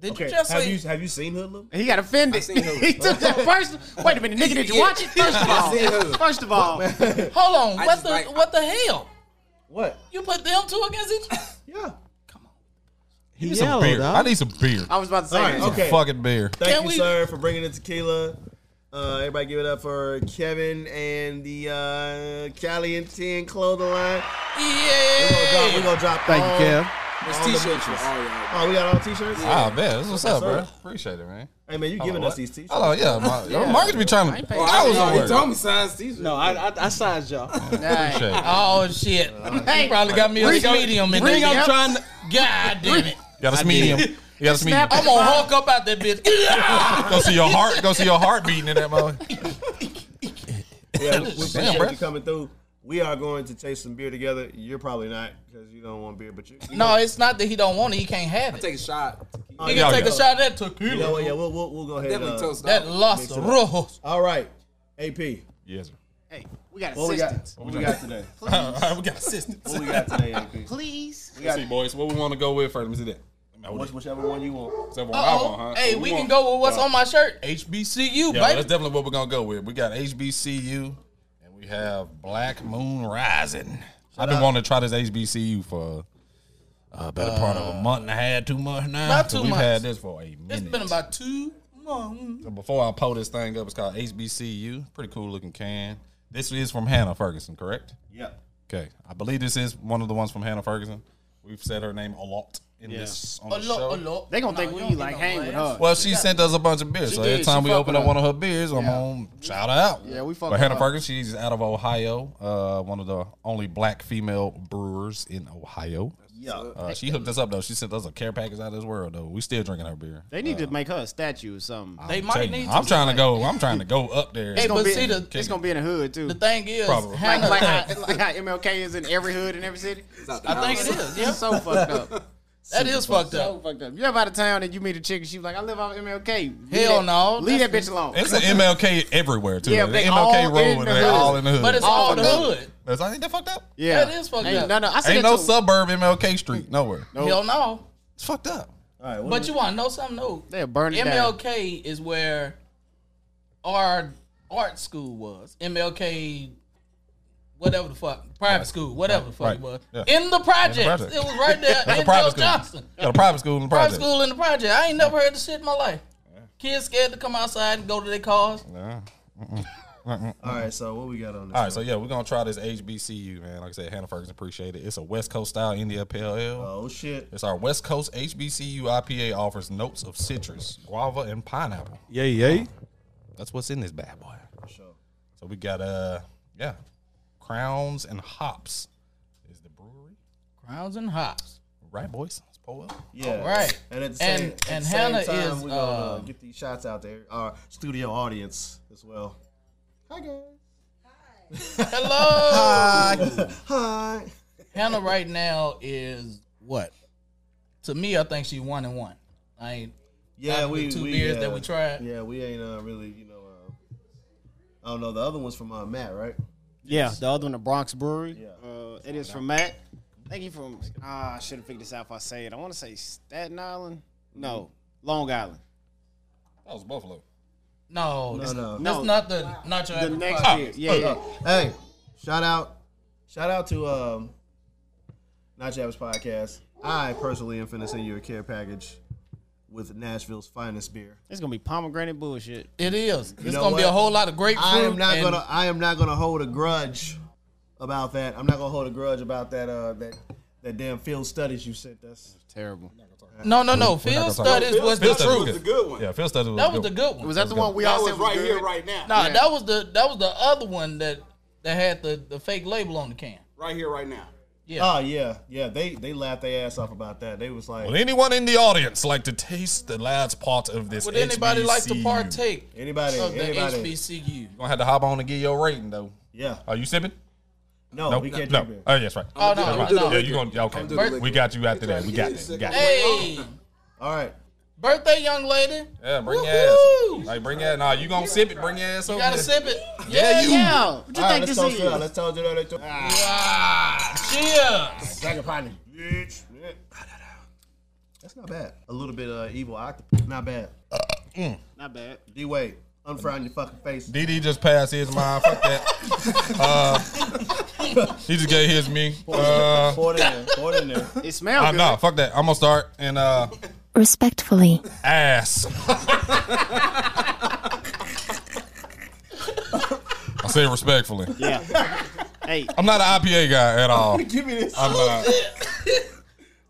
Did Okay. you just have say? you have you seen Hoodlum? He got offended. seen him. he took that personal. Wait a minute, nigga, did you watch it? First of all, seen him. first of all, Hold I on. What just the like- what the hell? What? You put them two against each? Yeah. He Some beer. I need some beer. I was about to say. All right. that. Okay. Fucking beer. Thank Can you, we- sir, for bringing the tequila. Uh, everybody, give it up for Kevin and the uh, Cali and Ten clothing line. We're gonna drop. We're Yeah. gonna drop. Thank all, you, Kev. There's all the t-shirts for mentions. all y'all. Oh, we got all t-shirts. Ah, man, that's what's up, bro. sir. Appreciate it, man. Oh, Hey man, you giving us these t-shirts? Hello, yeah. My, yeah. Marcus be trying to. paying I was No, on he work. told me signs t-shirts. No, I I, I sized y'all. Hey. Appreciate it. Oh shit. Hey, You probably got me a Bring- medium in bring there. up- trying to. God damn it. Got a medium. You got a medium. Snap I'm gonna hulk up out that bitch. Go see your heart. Go see your heart beating in that moment. Yeah, we appreciate Damn, bro. you coming through. We are going to taste some beer together. You're probably not because you don't want beer, but you. you No, it's not that he don't want it. He can't have it. Take a shot. He can Yeah, take a yeah. shot at that you know what? tequila. Yeah, we'll, we'll, we'll go ahead. Definitely uh, toast. That Oh, dog. Los Mix it up. Rojos. all right, AP. Yes, sir. Hey, we got What we got? assistance. What we got today? All right, we got assistance. What we got today, AP? Please. We got See, boys, what we want to go with first? Let me see that. Now, what Which, whichever one you want. is that one I Uh-oh. want, huh? Hey, So we can want- go with what's on my shirt. HBCU, Yeah, that's baby. definitely what we're gonna go with. We got HBCU, and we have Black Moon Rising. I've been wanting to try this HBCU for a better part of a month and a half, Uh, two months now. about So two We've had months. this for a minute. It's been about two months. So before I pull this thing up, it's called HBCU. Pretty cool looking can. This is from Hannah Ferguson, correct? Yep. Okay, I believe this is one of the ones from Hannah Ferguson. We've said her name a lot in this on A the show. lot, a lot. They gonna think No, you we don't like get no hang with ass. her. Well, she sent us a bunch of beers. so did. every time She we fuck open with up her. one of her beers, I'm on shout her out. Yeah, we fuck But with Hannah her. Ferguson, she's out of Ohio, uh, one of the only black female brewers in Ohio. Yeah. Uh, she hooked us up though. She sent us a care package out of this world though. We still drinking her beer. They need to make her a statue or something. They I'm might telling need you, to I'm do trying to that. go. I'm trying to go up there. It's gonna, but be, see, the- it's gonna be in a hood too. The thing is, Probably. like, Hannah, like, how, like how MLK is in every hood in every city. I think it is. Yeah, It's so fucked up. that is fucked So up. fucked up. You're out of town and you meet a chick and she's like, I live off MLK. Leave Hell that- no. Leave that That's- bitch alone. It's an MLK everywhere too. Yeah, The they all MLK in road. the They hood. all in the hood. But it's all the hood. That's ain't that fucked up. Yeah. That is fucked Ain't- up. No, no. I said Ain't that no too. suburb MLK street nowhere. Hell no. It's fucked up. All right. But you want to know something? No. They'll burn it down. MLK is where our art school was. MLK, whatever the fuck, private school, whatever the fuck right, it was. yeah. In the projects, project. it was right there That's in a private Bill school. Johnson. Got a private school in the Private project. school in the project. I ain't never heard the shit in my life. Kids scared to come outside and go to their cars. All right. So what we got on this? All right, so yeah, we're gonna try this HBCU, man. Like I said, Hannah Ferguson appreciate it. It's a West Coast style India Pale Ale. Uh, Oh shit. It's our West Coast HBCU IPA offers notes of citrus, guava, and pineapple. Yay, yay. That's what's in this bad boy. sure. So we got uh yeah, crowns and hops is the brewery, Crowns and hops. right, boys? Let's pull up. Yeah. All right. And at the And- same, at and the same Hannah time, is, we're gonna uh, get these shots out there. Our studio audience as well. Hi guys. Hello. Hi. Hannah right now is what? To me, I think she one and one. I ain't Yeah, After the we two we, beers uh, that we tried. Yeah, we ain't uh, really, you know. Uh, I don't know. The other one's from uh, Matt, right? Yeah, the other one, the Bronx Brewery. Yeah. Uh, it is from Matt. Thank you from. Ah, I should have figured this out if I say it. I want to say Staten Island. No, Long Island. That was Buffalo. no, No, that's, no. No. that's not the not your The average next podcast. year. Yeah, yeah. Uh, Hey, shout out, shout out to um, Not Your Average Podcast. I personally am finna send you a care package with Nashville's finest beer. It's going to be pomegranate bullshit. It is. It's know gonna be a what? whole lot of grapefruit. I am not and- gonna. I am not gonna hold a grudge about that. I'm not gonna hold a grudge about that. Uh, that that damn field studies you sent us. Terrible. No, no, no. We're not Field gonna talk- studies was the Field Studies truth. was the good one. Yeah, Phil Studies was That was the good one. Was that the one we That all was said right good? here, right now. Nah, that was the that was the other one that that had the the fake label on the can. Right here, right now. Oh yeah, yeah. They they laughed their ass off about that. They was like, Would anyone in the audience like to taste the last part of this? Would anybody like to HBCU? partake anybody, Oh, of the anybody. HBCU? You're gonna have to hop on and get your rating though. Yeah. Are you sipping? No, No, we can't no. drink Oh, beer. yes, right. Oh Never no, mind. no. Yeah, you gonna yeah, okay? I'm doing the We got you after that. We got it. We got it. Hey, All right. birthday young lady. Yeah, bring your Woohoo! ass. Like, bring your ass. Nah, you gonna sip it. Bring your ass over. Gotta there. sip it. Yeah, you. Yeah. What you All right, think let's this toast is? it out. Let's toast it out. Let's toast- Ah, Cheers. second party. Bitch. That's not bad. A little bit uh, evil octopus. Not bad. Not bad. D Wade, unfrown your fucking face. DD just passed his mind. Fuck that. Uh, he just gave his me. Uh, Pour it in there. Pour it in there. It smells uh, good. nah, fuck that. I'm gonna start and uh, Respectfully. ass. I say it respectfully. Yeah. hey, I'm not an IPA guy at all. Give me this. I'm not. That's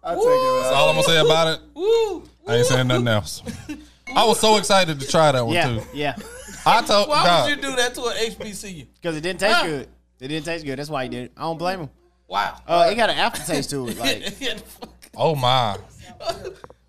I'll take it. all I'm gonna say about it. Woo. I ain't saying nothing else. I was so excited to try that one yeah, too. yeah. I told Why nah, would you do that to an HBCU? Because it didn't taste Ah. good. It didn't taste good. That's why he did it. I don't blame him. Wow. Uh, it got an aftertaste to it. Like, Oh my.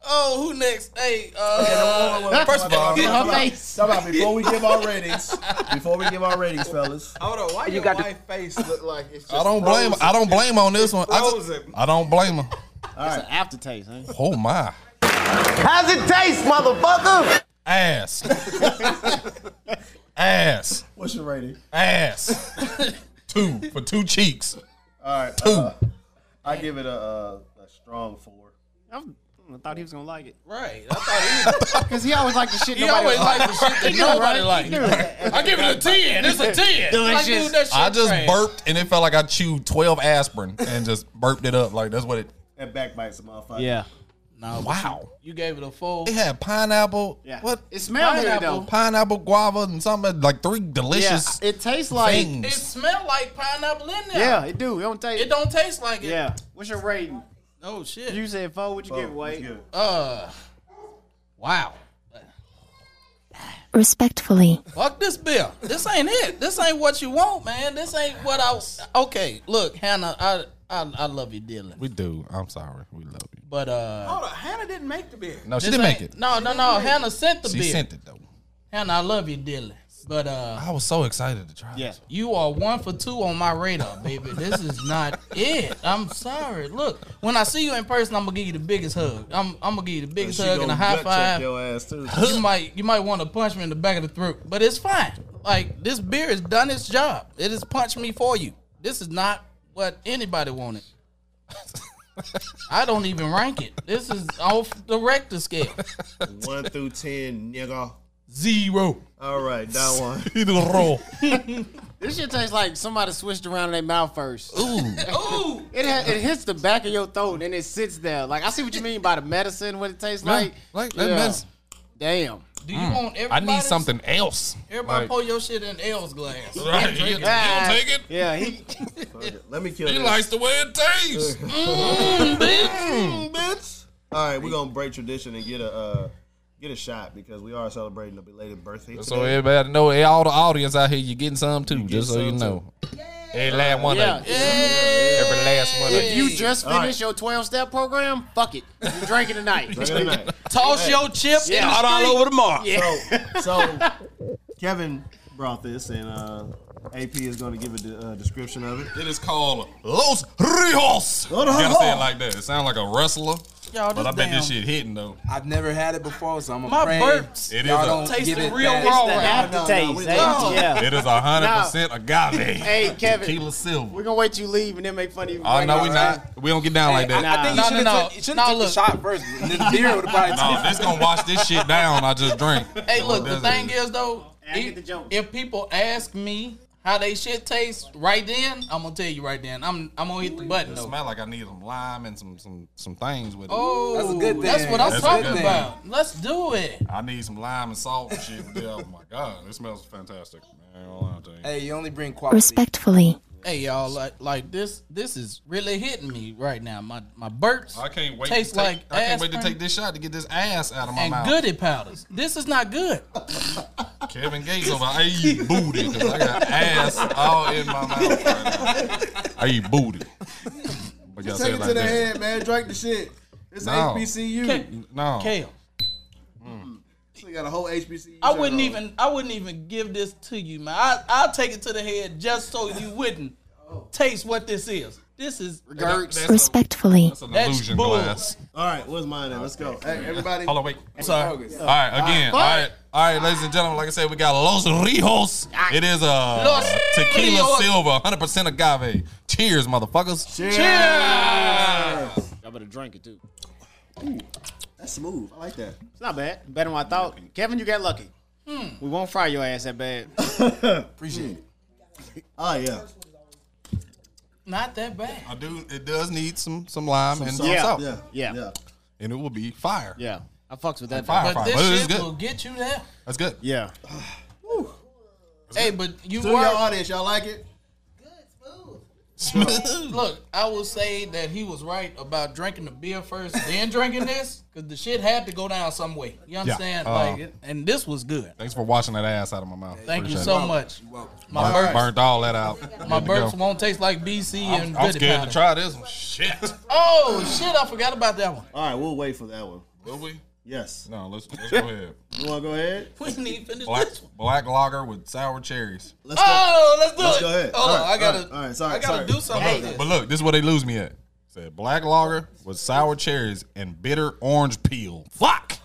oh, who next? Hey, uh, First of all, in her face. Stop out before we give our ratings. Before we give our ratings, fellas. Hold on, why you your got to- white face look like it's just I don't blame. I don't blame on this one. I, just- frozen. I don't blame him. It's an aftertaste, huh? Oh my. How's it taste, motherfucker? Ass. Ass. What's your rating? Ass. two for two cheeks. All right. Uh, I give it a, a, a strong four. I'm- I thought he was gonna like it right. I thought because he always liked the shit. he, he nobody always liked. like the shit that nobody likes. I give it a ten. It's a ten. Like, Delicious. dude, that shit I just trash. burped and it felt like I chewed twelve aspirin and just burped it up. Like that's what it. That backbites a motherfucker. Yeah, No, but Wow. You, you gave it a four. It had pineapple. yeah. What? It smelled good Pineapple. though. Pineapple guava and something like three Yeah, delicious it tastes like. things. It smelled like pineapple in there. Yeah, it do. It don't taste. It don't taste like it. Yeah. What's your rating? Oh shit. You said four. What you give Let's away? give it. uh. Wow. Respectfully. Fuck this bill. This ain't it. This ain't what you want, man. This ain't what I. Okay, look, Hannah. I I, I love you, Dylan. We do. I'm sorry. We love you. But uh, Hold on, Hannah didn't make the beer. No, she this didn't make ain't- it. No, no, no. Hannah sent the She beer. sent it though. Hannah, I love you, Dylan. But uh, I was so excited to try. Yeah. You are one for two on my radar, baby. This is not it. I'm sorry. Look, when I see you in person, I'm gonna give you the biggest hug. I'm, I'm gonna give you the biggest she hug and a gonna high gut check five. your ass, too. You might you might want to punch me in the back of the throat, but it's fine. Like this beer has done its job. It has punched me for you. This is not what anybody wanted. I don't even rank it. This is off the Rector scale. One through ten, nigga. Zero. All right, that one. Zero. This shit tastes like somebody switched around in their mouth first. Ooh. Ooh. it ha- it hits the back of your throat and it sits there. Like I see what you mean by the medicine, what it tastes Yeah, like. like that medicine. Damn. Do you want Mm. I everybody? need something else. Everybody Like- pour your shit in L's glass. Right. You, you don't Ah. take it. Yeah, he Let me kill He this. likes the way it tastes. Mm, bitch. All right, we're gonna break tradition and get a uh, get a shot because we are celebrating a belated birthday. So today. everybody know, hey, all the audience out here, you getting some too, just so you some, know. Every last one Yeah. of you. Every last one of if you. you just All right. finished your 12 step program, fuck it. You drink it tonight. Look at that. Toss your chips Yeah. in the Not street. all over the mark. So, so Kevin brought this, and uh, AP is going to give a de- uh, description of it. It is called Los Rios. You gotta say it like that. It sounds like a wrestler, Y'all, but this I bet this damn- shit hitting though. I've never had it before, so I'm My afraid. burps It is y'all a- don't tasted give it real that- raw. No, Right. no, no, Aftertaste. we- eh? yeah. It is hundred percent agave. Hey, Kevin. tequila silver. We're gonna wait till you leave and then make fun of you. Oh right no, now, we right? not. We don't get down like I, that. I Nah, think you nah, should have nah. took, you should've Nah, took the look. shot first. The beer would probably No, Oh, this gonna wash this shit down. I just drank. Hey, look, the That's thing it. is though, I get the if, joke. if people ask me how they shit tastes right then, I'm gonna tell you right then. I'm I'm gonna hit the button It though. smell like I need some lime and some some some things with it. Oh, That's a good That's thing. what I'm That's a talking good thing. about. Let's do it. I need some lime and salt and shit. with it. oh my god, it smells fantastic. Man, all I'll tell you. Hey, you only bring quality. Respectfully. Hey y'all, like like this this is really hitting me right now. My my burps. I can't wait. Tastes to take, like I can't wait to aspirin take this shot to get this ass out of my and mouth. goody powders. This is not good. Kevin Gates over. I eat booty because I got ass all in my mouth. Right now. I eat booty. But y'all say Take it it like to the that. head, man. Drink the shit. It's No. HBCU. Kale, No, Kale, So you got a whole HBCU. I wouldn't shirt on. even I wouldn't even give this to you, man. I I'll take it to the head just so you wouldn't Oh. taste what this is. This is that's, a, Respectfully. that's an That's illusion bull. glass. All right, where's mine? Then? Let's go. Hey, everybody. Hold on, wait. sorry. All right, again. All right, all right, ladies and gentlemen. Like I said, we got Los Rijos. It is Los a tequila Rijos. silver, 100 percent agave. Cheers, motherfuckers. Cheers. Y'all better drink it too. That's smooth. I like that. It's not bad. Better than what I thought. Kevin, you got lucky. We won't fry your ass that bad. Appreciate it. Oh yeah. Not that bad. I do. It does need some some lime and some salt. salt, Yeah. Yeah. Yeah. and it will be fire. Yeah. I fucks with that. Fire, though. fire. But this But it's shit good. will get you there. That's good. Yeah. Hey, but you To your were audience, y'all like it? look. I will say that he was right about drinking the beer first, then drinking this, because the shit had to go down some way. You understand? Uh, like, and this was good. Thanks for washing that ass out of my mouth. Thank you Appreciate so it. much. My Burnt, burps, burnt all that out. my Good to go. burps won't taste like BC and I'm, I'm goody scared powder. to try this one. Shit. Oh shit! I forgot about that one. All right, we'll wait for that one. Will we? Yes. No, let's, let's go ahead. You want to go ahead? We didn't even finish Black this one. black lager with sour cherries. Let's go. Oh, let's do Let's it. go ahead. Hold All on, right, I gotta. all right, all right, sorry, I gotta sorry. do something. Hey, with this. But look, this is where they lose me at. Said black lager with sour cherries and bitter orange peel. Fuck.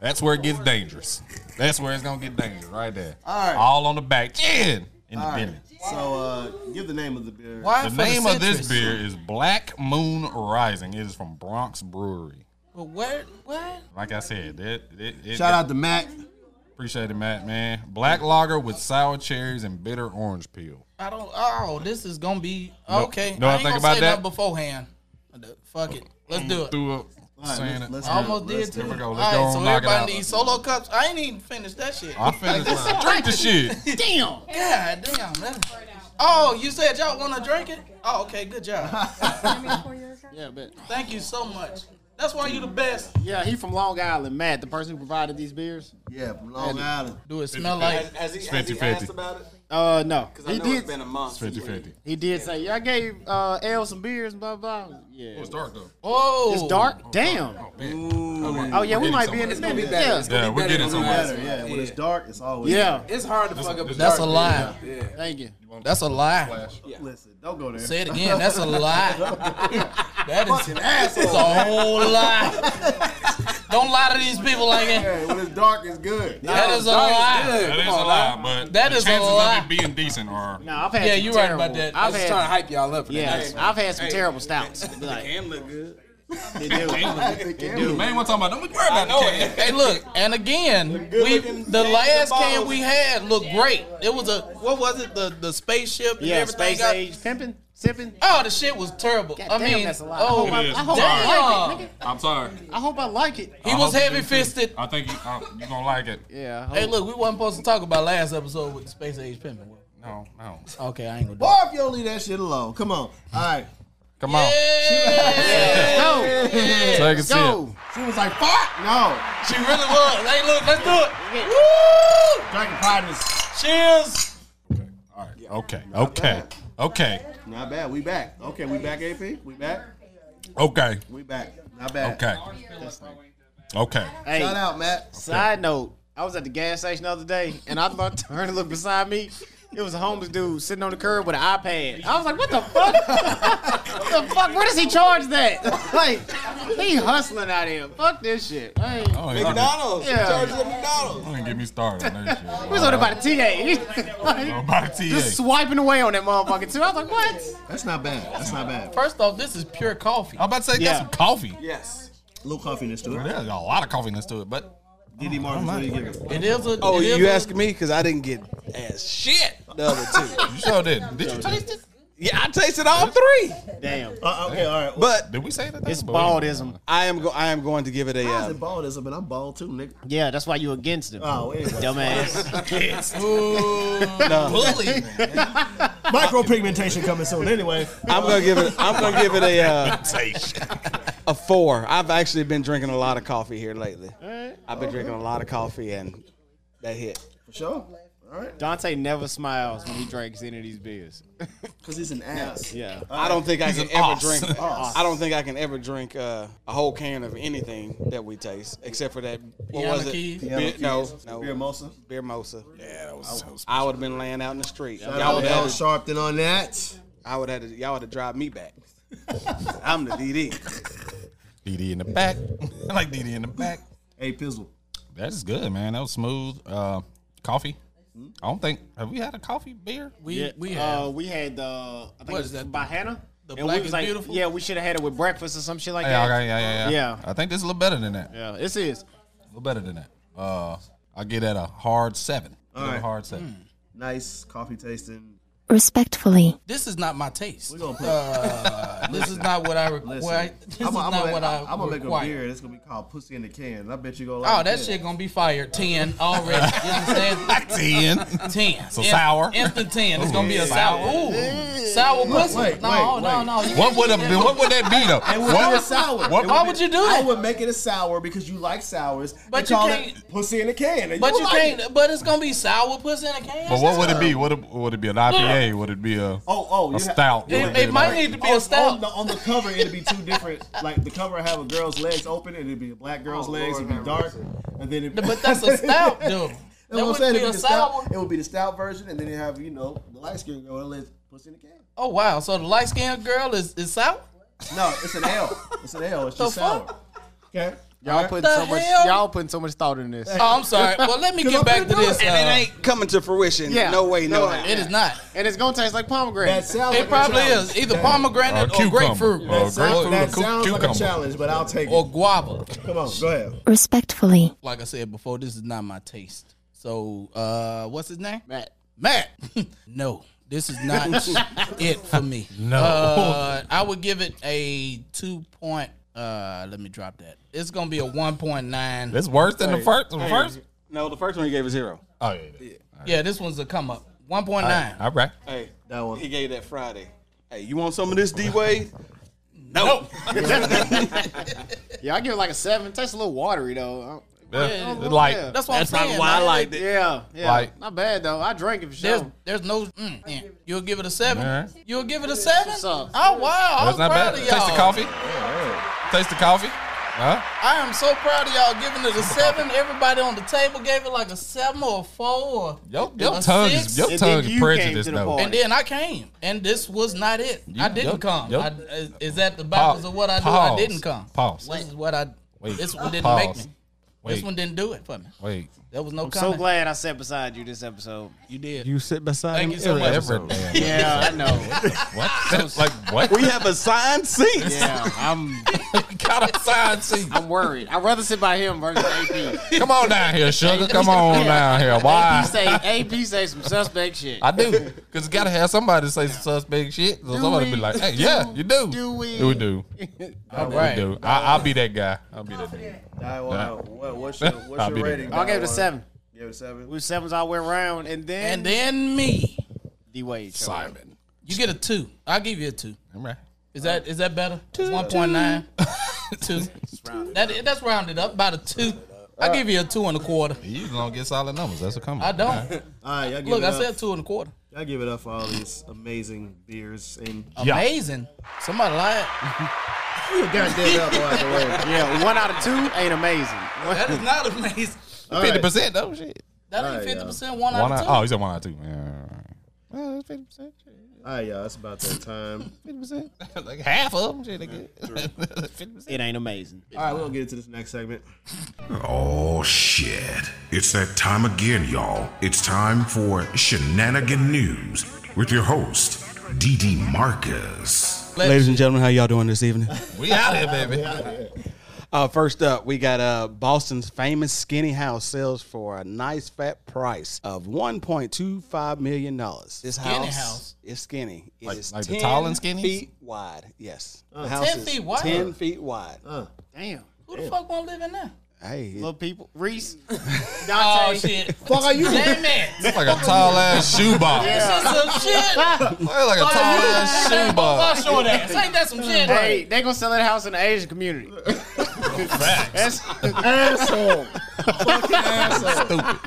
That's where it gets dangerous. That's where it's gonna get dangerous, right there. All right. All on the back end in the All right. belly. So uh, give the name of the beer. Why The for name of this citrus? beer is Black Moon Rising. It is from Bronx Brewery. But where? What? Like I said, it, it, it, Shout out to Mac. Appreciate it, Matt, man. Black lager with sour cherries and bitter orange peel. I don't. Oh, this is gonna be No- okay. no, I I ain't think gonna about say that. nothing beforehand. Fuck it. Let's do it. Threw up. All right, saying let's, it. let's I almost do it. Let's did too. Here we go. All Let's go right, and knock it so out. Uh, everybody needs solo cups. I ain't even finished that shit. I finished mine. Drink the shit. Damn. God damn. That, oh, you said y'all want to drink it? Oh, okay. Good job. Yeah, but Thank you so much. That's why you the best. yeah, he from Long Island, Matt, the person who provided these beers. Yeah, from Long Island. Do it smell like? Has he, has he 50-50. asked about it? Uh, no. I know it's been a month. It's 50-50. He did say, "Yeah, I gave uh, L some beers, blah blah." Yeah, it was dark though. Oh, Oh, it's dark. Damn. Oh, yeah, we We're might getting be in the somewhere. middle. It's gonna be better. Yeah, It's gonna Yeah, be we're better getting than somewhere. better, yeah. When it's dark, it's always yeah. better. It's hard to fuck up a That's a dark lie. day. Yeah. Thank you. That's a lie. Listen, don't go there. Say it again. That's a lie. That is Fucking asshole. It's a whole lie. Don't lie to these people like that. Yeah, when it's dark, it's good. That is a lie. That is a lie, but That the is a chances lie. of it being decent are. No, I've had Yeah, some you right terrible- about that. I've I was had, trying to hype y'all up for that. yeah, Hey, I've had some hey, terrible stouts. Like, Cam look good. they do. They The do. main one talking about don't be worried about know the cat. it. Oh, Hey, look, and again, we the last can we had looked great. It was a what was it? The the spaceship and Yeah, everything. space got- age pimping, sipping. Oh, the shit was terrible. God I damn, mean, that's a lot. oh, I hope I, I it is. hope I Damn. like it. Nigga. I'm sorry. I hope I like it. he I hope was you do, heavy too. fisted. I think you, uh, you gonna like it. Yeah. I hope. Hey, look, we wasn't supposed to talk about last episode with the space age pimping. No, no. Okay, I ain't gonna do. Boy, if you don't leave that shit alone, come on. All right. Come on. Go. Take a sip. Go. She was like, fuck, no. She really was. Hey, look, let's do it. Woo! Drinking partners. Cheers. All right. Okay. Okay. Okay. Not bad. We back. Okay, we back, AP. We back. Okay. We back. Not bad. Okay. That's fine. Okay. Hey, Shout out, Matt. Side note, I was at the gas station the other day and I looked turned and looked beside me. It was a homeless dude sitting on the curb with an iPad. I was like, what the fuck? what the fuck? Where does he charge that? like, he hustling out here. Fuck this shit. Hey. Oh, McDonald's. Yeah. Charge at McDonald's. Don't even get me started on that shit. He was on about a TA. like, About TA. just swiping away on that motherfucker too. I was like, what? That's not bad. That's not bad. First off, this is pure coffee. I'm about to say Yeah. get some coffee. Yes. Little cuffiness to it. There's a lot of coffee in this to it, but DD Martin, what do you give it? It is a. Oh, it is you a- asking me because I didn't get ass shit the other two. you sure did. Did you taste it? yeah, I tasted all three, Damn. Uh, okay, all right. but Did we say that? It's baldism. I am go- I am going to give it a. Why is Uh, it baldism? And I'm bald too, nigga. Yeah, that's why you against him. Oh, anyway. Dumbass. Bully. Micropigmentation coming soon. Anyway, I'm gonna give it. I'm gonna give it a uh, Taste. a four. I've actually been drinking a lot of coffee here lately. I've been drinking a lot of coffee and that hit. for sure. All right. Dante never smiles when he drinks any of these beers. Because he's an ass. Yeah. I don't think I can an ever oss. drink. I don't think I can ever drink uh, a whole can of anything that we taste, except for that. What Piano was it? Keys? Beer- no, no. Beer Mosa. Beer Mosa. Yeah, that was so I would have been laying out in the street. Y'all Y'all would L have. Sharpton on that. I would have. Y'all would have drive me back. I'm the DD. DD in the back. I like DD in the back. Hey, Pizzle. That is good, man. That was smooth. Uh, coffee. I don't think have we had a coffee beer. We we have. Uh, we had the I think What it is was that? Bahana. The And we Black was is like, Beautiful? Yeah, we should have had it with breakfast or some shit like Yeah, that. okay, yeah, yeah, yeah. Yeah. I think this is a little better than that. Yeah, this is. A little better than that. Uh, I get at a hard seven. I give it a Alright. hard seven. Nice coffee tasting. respectfully. This is not my taste. We're gonna put. This is not what I listen, require. Uh, This I'm is gonna not make, what I I'm gonna make a require. beer. It's gonna be called Pussy in the Can. I bet you gonna like Oh, that it. shit gonna be fired. Ten already. you understand? Ten. Ten. So sour. Instant ten. It's gonna be a Ooh. sour. Ooh. Sour pussy. wait, no, wait, no, wait. no, What You can't would do have that. been? What would that be though? It would What- be a sour. what- It Why be- would you do I that? would make it a sour because you like sours. But and you call can't- it Pussy in the Can. and But you like can't. it. But it's gonna be sour pussy in a can. But what would it be? Would it, would it be an IPA? Would it be a Oh, oh, a you ha- stout? It, Would it be might like- need to be on, a stout. On the, on the cover, it'd be two different. Like the cover have a girl's legs open, and it'd be a black girl's Oh, legs. it'd be dark, and then it. But that's a stout, dude. That's That what I'm would saying. be It'd a be the stout. sour. It would be the stout version, and then you have you know the light skinned girl and legs pussy in the can. Oh wow. So the light skinned girl is is sour. No, it's an L. It's an L. It's just The sour. fuck? Okay. Y'all putting the so much hell? y'all putting so much thought in this. Oh, I'm sorry. Well, let me get back to this. And uh, it ain't coming to fruition. Yeah. No way. No. No, how. It is not. And it's gonna taste like pomegranate. That sounds. like It a probably challenge. is either That- Or pomegranate or cucumber. grapefruit Or That sounds, grapefruit or that cu- sounds like a cucumber. challenge, but I'll take it. or guava. Come on, go ahead. Respectfully. Like I said before, this is not my taste. So, uh, what's his name? Matt. Matt. no, this is not it for me. No. Uh, I would give it a two point. Uh, let me drop that. It's gonna be a one point nine. It's worse than the first. The first. No. The first one he gave a zero. Oh yeah. yeah. yeah, this one's a come up. One point nine. All right. Hey. That one. He gave that Friday. Hey, you want some of this D Wade? no. Yeah, I give it like a seven. Tastes a little watery though. I don't- Yeah, it's like- that's what That's I'm probably saying. why I man. liked it. Yeah, yeah. Like- not bad though. I drank it for There's, sure. there's no. Mm, yeah. You'll give it a seven. Alright. You'll give it a seven. Oh wow! I was That's not bad. proud of Taste y'all. the coffee. Taste the coffee. Huh? I am so proud of y'all giving it a seven. Everybody on the table gave it like a seven or a four. Your, a your tongue six. is your tongue is prejudiced though. And then I came, and this was not it. You- I didn't yup, come. yup. I, is- is that the backwards of what I do? I Pause. didn't come. Pause. This is what I. Wait. This one didn't Pause. make me. This Wait. one didn't do it for me. Wait. There was no. I'm comment. so glad I sat beside you this episode. You did. You sit beside Thank him you so every much. episode. Every damn Yeah, I know. What? like what? We have assigned seats. Yeah, I'm got a side seat. I'm worried. I'd rather sit by him versus AP. Come on down here, sugar. Come on down here. Why? AP say AP say some suspect shit. I do, cause you gotta have somebody say some suspect shit. So Do somebody we? be like, "Hey, yeah, you do. Do we? We do. All we right. do. I, I'll be that guy. I'll be that. Dude. Wow. What, what's your, what's I'll your be there. rating? I gave it a Daiwan? seven. Gave it a seven. We were sevens all the way around, and then And then me. D Wade. Simon. You get a two. I'll give you a two. All right. Is that is that better? It's one point nine. Two. That that's rounded up about a two. I give you a two and a quarter. You don't get solid numbers. That's what comes. I don't. All right, y'all give Look, it I up. said two and a quarter. Y'all give it up for all these amazing beers and Oh, Amazing. Somebody lied. You goddamn up, by the way. Yeah, one out of two ain't amazing. That is not amazing. All Fifty right. percent though. Shit. That All ain't right, fifty y'all. percent. One, One out of two. Oh, you said one out of two. Yeah. All right, y'all. It's about that time. like half of them. Shit, they good. Fifty percent. It ain't amazing. All right, we're gonna get into this next segment. Oh shit. It's that time again, y'all. It's time for Shenanigan News with your host, DD Marcus. Ladies and gentlemen, how y'all doing this evening? We out here, baby. Uh, first up, we got uh, Boston's famous skinny house sells for a nice fat price of one point two five million dollars. This Skinny house, house? is skinny. It is Like- like 10 the tall and skinny? feet wide. Yes, Uh, the house 10 is feet wide? Uh, ten feet wide. Damn. Who the fuck won't live in there? Hey, it- Little people. Reese. Dante. Oh shit. Fuck are you? Damn it. It's like a tall ass shoe box. This is some shit. It's like a tall ass shoe box. Fuck your ass. Ain't that some shit? Hey, they gonna sell that house in the Asian community. That's asshole. Fucking asshole. Stupid.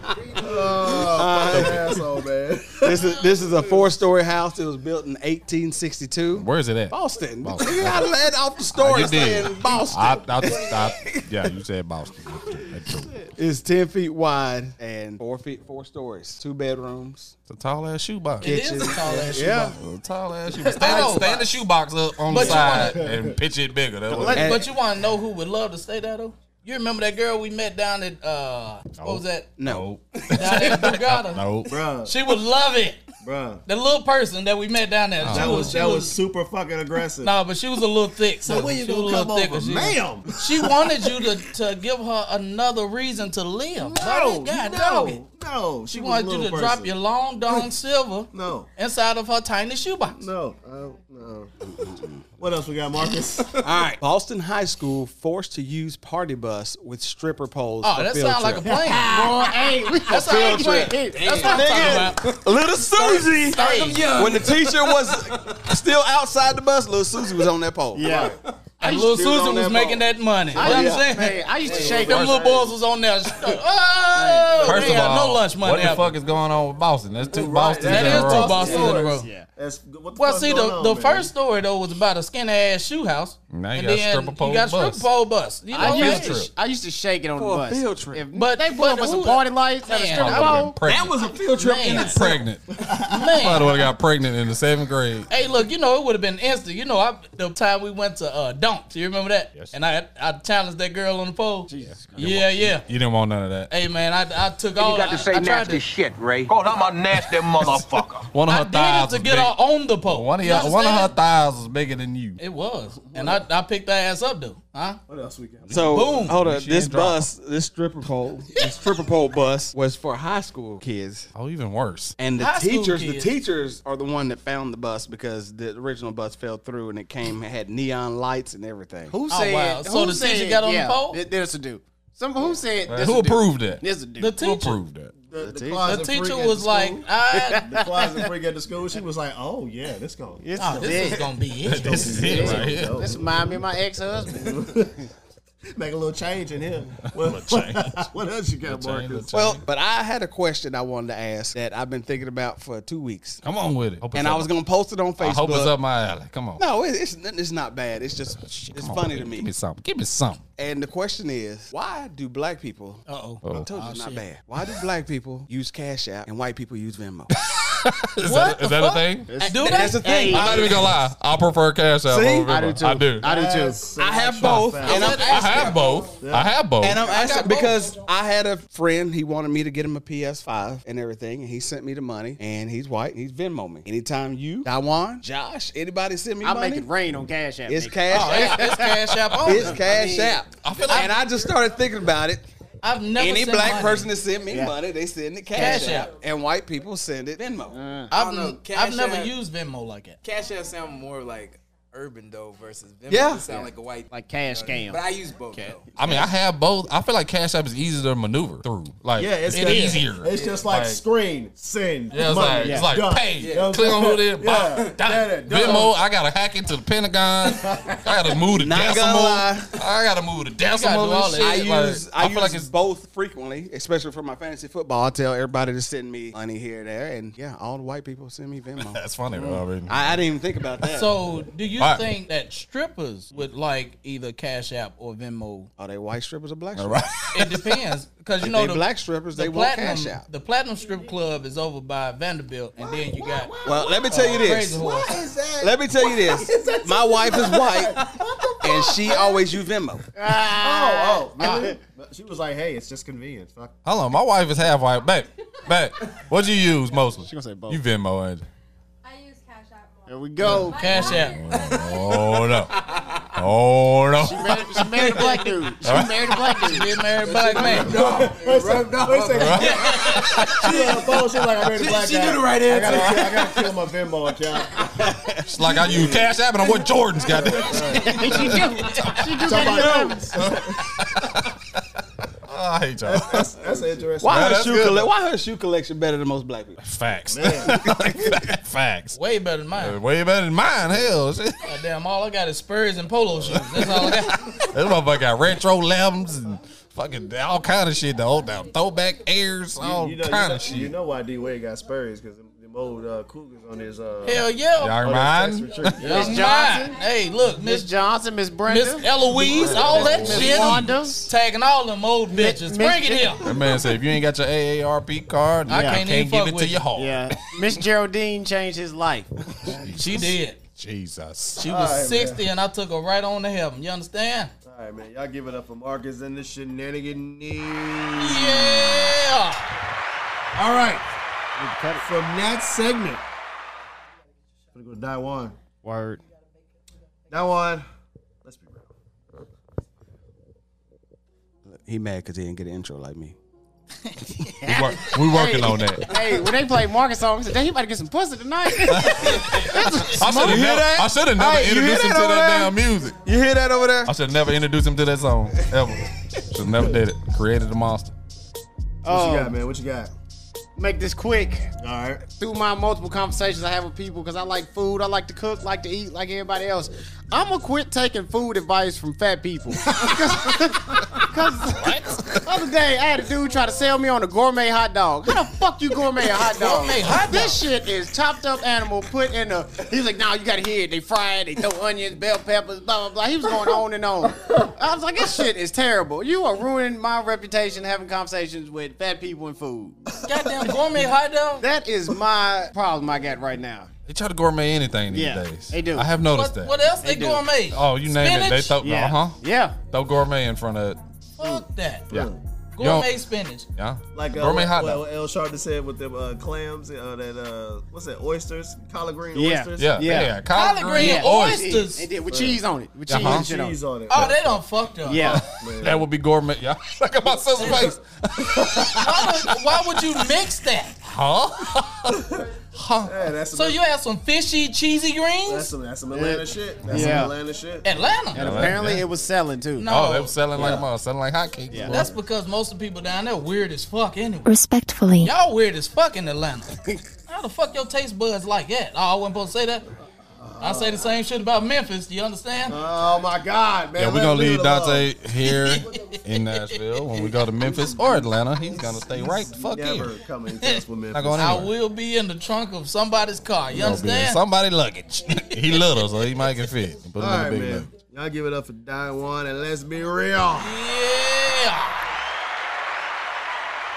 Oh, fucking asshole, man. this is this is a four story house that was built in eighteen sixty two. Where is it at? Boston. Boston. Nigga, I led off the Oh, story you did. saying Boston. I, I, I, yeah, you said Boston. That's true. It's ten feet wide and four feet, four stories, two bedrooms, It's a tall ass shoe box. It is a tall ass shit. Yeah, A tall ass shoe box. Stand, Oh. stand the shoe box up on But the you side and pitch it bigger. That was, But, but you want to know who would love to stay there though? You remember that girl we met down at uh, what was that? no. Down at Borgata. nope. Bruh, She would love it. bruh. The little person that we met down there. she Uh, That was she that was super fucking aggressive. No, but she was a little thick. So, So when you she was a gonna little come thicker. over, She- ma'am? She wanted you to, to give her another reason to live. No, Buddy, God dog it. no, no. She She was a wanted you little to person. drop your long dong silver No, inside of her tiny shoebox. no, uh, no. What else we got, Marcus? All right. Boston High School forced to use party bus with stripper poles. Oh, for that field sounds like a trip. plan. boy, hey, we That's a field Hey, trip. hey, That's what I'm talking about. Little Susie, when the teacher was still outside the bus, little Susie was on that pole. Yeah. And little She was Susan on was that making boat. that money. I what I'm used- saying? hey, I used to shake Them them. little boys was on there. Oh, First they of had all, no lunch money. what the happening. fuck is going on with Boston? That's two Right, Boston. that in is a two row. Boston in a row. Yeah. That's, what the Well, fuck's see, the, going on, the man? first story though was about a skinny ass shoe house. Now you and got then stripper pole you got bus. stripper pole bus. You know I what I'm used, saying? trip. to, I used to shake it on For a the bus. field trip. If But- they put up but with some who- Oh, party lights and a Man, strip I I pole, would've been pregnant. was a field trip in Man. itself. pregnant. I Man. would have got pregnant in the seventh grade. Hey, look, you know it would have been instant. You know, I, the time we went to uh, Dumps, you remember that? Yes. And I I challenged that girl on the pole. yeah, yeah. You didn't want none of that. Hey man, I, I took all. You got to say I, I tried nasty shit, Ray. Oh, I'm a nasty motherfucker. One of I her thighs did it was to get big. her on the pole. One of You your, one of her understand? thighs was bigger than you. It was, and I, I picked that ass up though, huh? What else we got? So Boom. hold on, She this ain't drop. bus, this stripper pole, this stripper pole bus was for high school kids, Oh, even worse. and the High school teachers, the kids. teachers are the one that found the bus because the original bus fell through and it came it had neon lights and everything. who Oh, said? wow. So who the teacher said- got on the yeah, pole? th- There's a dude. Some who said? this Who a dude. approved that? This a dude. The Who teacher, approved that? The, the, the closet freak teacher at was the like, "Ah, school. the I, closet freak at the school. She was like, "Oh yeah, this going." This oh, is this is it. gonna be it. This is it right here. This remind me of my ex husband. Make a little change in here. What, Little change. what else you got, Marcus? Well, but I had a question I wanted to ask that I've been thinking about for two weeks. Come on with it. Hope it's and I up- was gonna post it on Facebook. I hope it's up my alley. Come on. No, it- it's it's not bad. It's just it's Come on, funny baby. to me. Give me something. Give me something. And the question is, why do black people? Uh Oh. I told you it's Oh, not shit. bad. Why do black people use Cash App and white people use Venmo? Is that, is that a thing? Do That's the thing. I'm not even gonna lie. I prefer Cash App. See? over Venmo. I do too. I do. I do too. That's- I have both, and I'm I have both. I have both. And I'm asking because I had a friend, he wanted me to get him a PS5 and everything, and he sent me the money, and he's white, and he's Venmo me. Anytime you, Taiwan, Josh, anybody send me I money, make it rain on Cash App. It's nigga. Cash App. Oh, it's Cash App only. It's Cash I mean, App. and I just started thinking about it. I've never Any sent black money. person that send me Yeah. money, they send it Cash, Cash App. App. Uh, And white people send it Venmo. I've, don't know, Cash I've never App- used Venmo like that. Cash App sound more like urban though versus Venmo. Yeah. It sound like a white like cash But I use both. though. I mean, I have both. I feel like Cash App is easier to maneuver through. Like, yeah, it's it's just- easier. It's just like, screen, send, Yeah, it's money, like, it's like done. pay, Yeah. click on who it is, Yeah, yeah, done. Venmo. I gotta hack into the Pentagon. I gotta move the Not gonna decimal. lie. I gotta move the I decimal. and shit. Like, use I, feel use like it's both frequently, especially for my fantasy football. I tell everybody to send me money here and there, and yeah, all the white people send me Venmo. That's funny, bro, already. I, I didn't even think about that. So, do you All right. think that strippers would like either Cash App or Venmo? Are Oh, they white strippers or black All strippers? It depends because you If know they the black strippers, the they want platinum, Cash App. The platinum strip club is over by Vanderbilt, and then you got. Well, let me tell you uh, this. Crazy Horse. Let me tell you Is this. that- My wife is white, and she always use Venmo. Oh, oh. nah. But She was like, hey, it's just convenient. Fuck. Hold on, my wife is half white. Babe, babe, what you use mostly? She gonna say both. You Venmo, ain't you? Here we go. Cash App. Hold up. Hold up. She married a black dude. She married a black dude. She married a black man. Wait a second. Wait a second. She on the phone. She's like, I married a black She- she guy. knew the right I gotta- answer. I gotta kill my Venmo account. It's like I use Cash App and I want Jordans, goddamn. she do. She do Somebody that. knows. Oh, I hate y'all. That's, that's interesting. Why Yeah, her that's shoe good, colle- though. Why her shoe collection better than most black people? Facts. Man. Like, Facts. Way better than mine. Uh, Way better than mine. Hell, shit. Goddamn, all I got is Spurs and polo shoes. That's all I got. This motherfucker got retro lambs and fucking all kind of shit. The old down throwback airs, all You know, you, kind know, of shit. you know why D Wade got Spurs because the old uh, Cougars on his uh, Hell yeah. Y'all on his mind? tax retreat. Miss Miss Johnson. Johnson. Hey, look, Miss Miss Johnson, Miss Miss Brenda, Eloise, all that Miss shit. Wanda. Tagging all them old bitches. Miss Bring it here. Jan- That man said, if you ain't got your AARP card, I I can't can't, even fuck give it with to you." your heart. Yeah, Miss Geraldine changed his life. She did. Jesus. She was All right, 60 and I took her right on to heaven. You understand? All right, man. Y'all give it up for Marcus and the shenanigan news. Yeah. All right. From that segment, I'm going to go to Daiwan. Word. Daiwan, let's be real. He mad because he didn't get an intro like me. We, wor- we working on that. Hey, when they played Marcus songs, he about to get some pussy tonight. I should have never, I should've never Hey, you hear introduced him that to over that there? damn music. You hear that over there? I should have never introduced him to that song ever. Should have never did it. Created the monster. What you Oh. got, man? What you got? Make this quick. All right. Through my multiple conversations I have with people, because I like food, I like to cook, like to eat, like everybody else. I'm gonna quit taking food advice from fat people. Because other day I had a dude try to sell me on a gourmet hot dog. How the fuck you gourmet a hot dog? Gourmet hot this shit is chopped up animal put in a. He's like, nah, you gotta hear it. They fry it. They throw onions, bell peppers, blah blah blah. He was going on and on. I was like, this shit is terrible. You are ruining my reputation having conversations with fat people and food. Goddamn gourmet hot dog. That is my problem I got right now. They try to gourmet anything these Yeah, days. they do. I have noticed What, that. what else they, They do. gourmet? Oh, you name it. They Spinach? throw, Yeah. uh-huh. Yeah. Throw gourmet in front of it. Fuck that. Yeah. Gourmet Yo. spinach. Yeah. Like uh, gourmet what, hot what- dog. what El Sharpton said with them uh, clams, uh, that uh, what's that? Oysters, collard green Yeah. oysters. Yeah, yeah, Yeah. Collard, Collard green, green oyster. oyster. They did with cheese on it. With cheese Oh, Uh-huh. and shit on it. cheese on it. Oh, they done fucked up. Yeah. That would be gourmet. Yeah, look at my sister's face. Why, don't- why would you mix that? Huh? Yeah, that's So some, you had some fishy, cheesy that's greens? some that's some Atlanta shit. That's Yeah. some Atlanta shit. Atlanta. And apparently it was selling too. No. Oh, they were selling like mother, selling like hotcakes. Yeah. bro. That's because most of the people down there weird as fuck anyway. Respectfully. Y'all weird as fuck in Atlanta. How the fuck your taste buds like that? Oh, I wasn't supposed to say that. I say the same shit about Memphis. Do you understand? Uh-huh. Oh my God, Yeah, we're gonna leave Dante here in Nashville when we go to Memphis or Atlanta. He's gonna stay right the fuck Never here. coming to us with Not going Memphis. I anywhere. will be in the trunk of somebody's car. You Gonna be in understand? Somebody luggage. he little, so he might get fit. Put All him in the right, big man. man. Y'all give it up for Daiwan and let's be real. Yeah.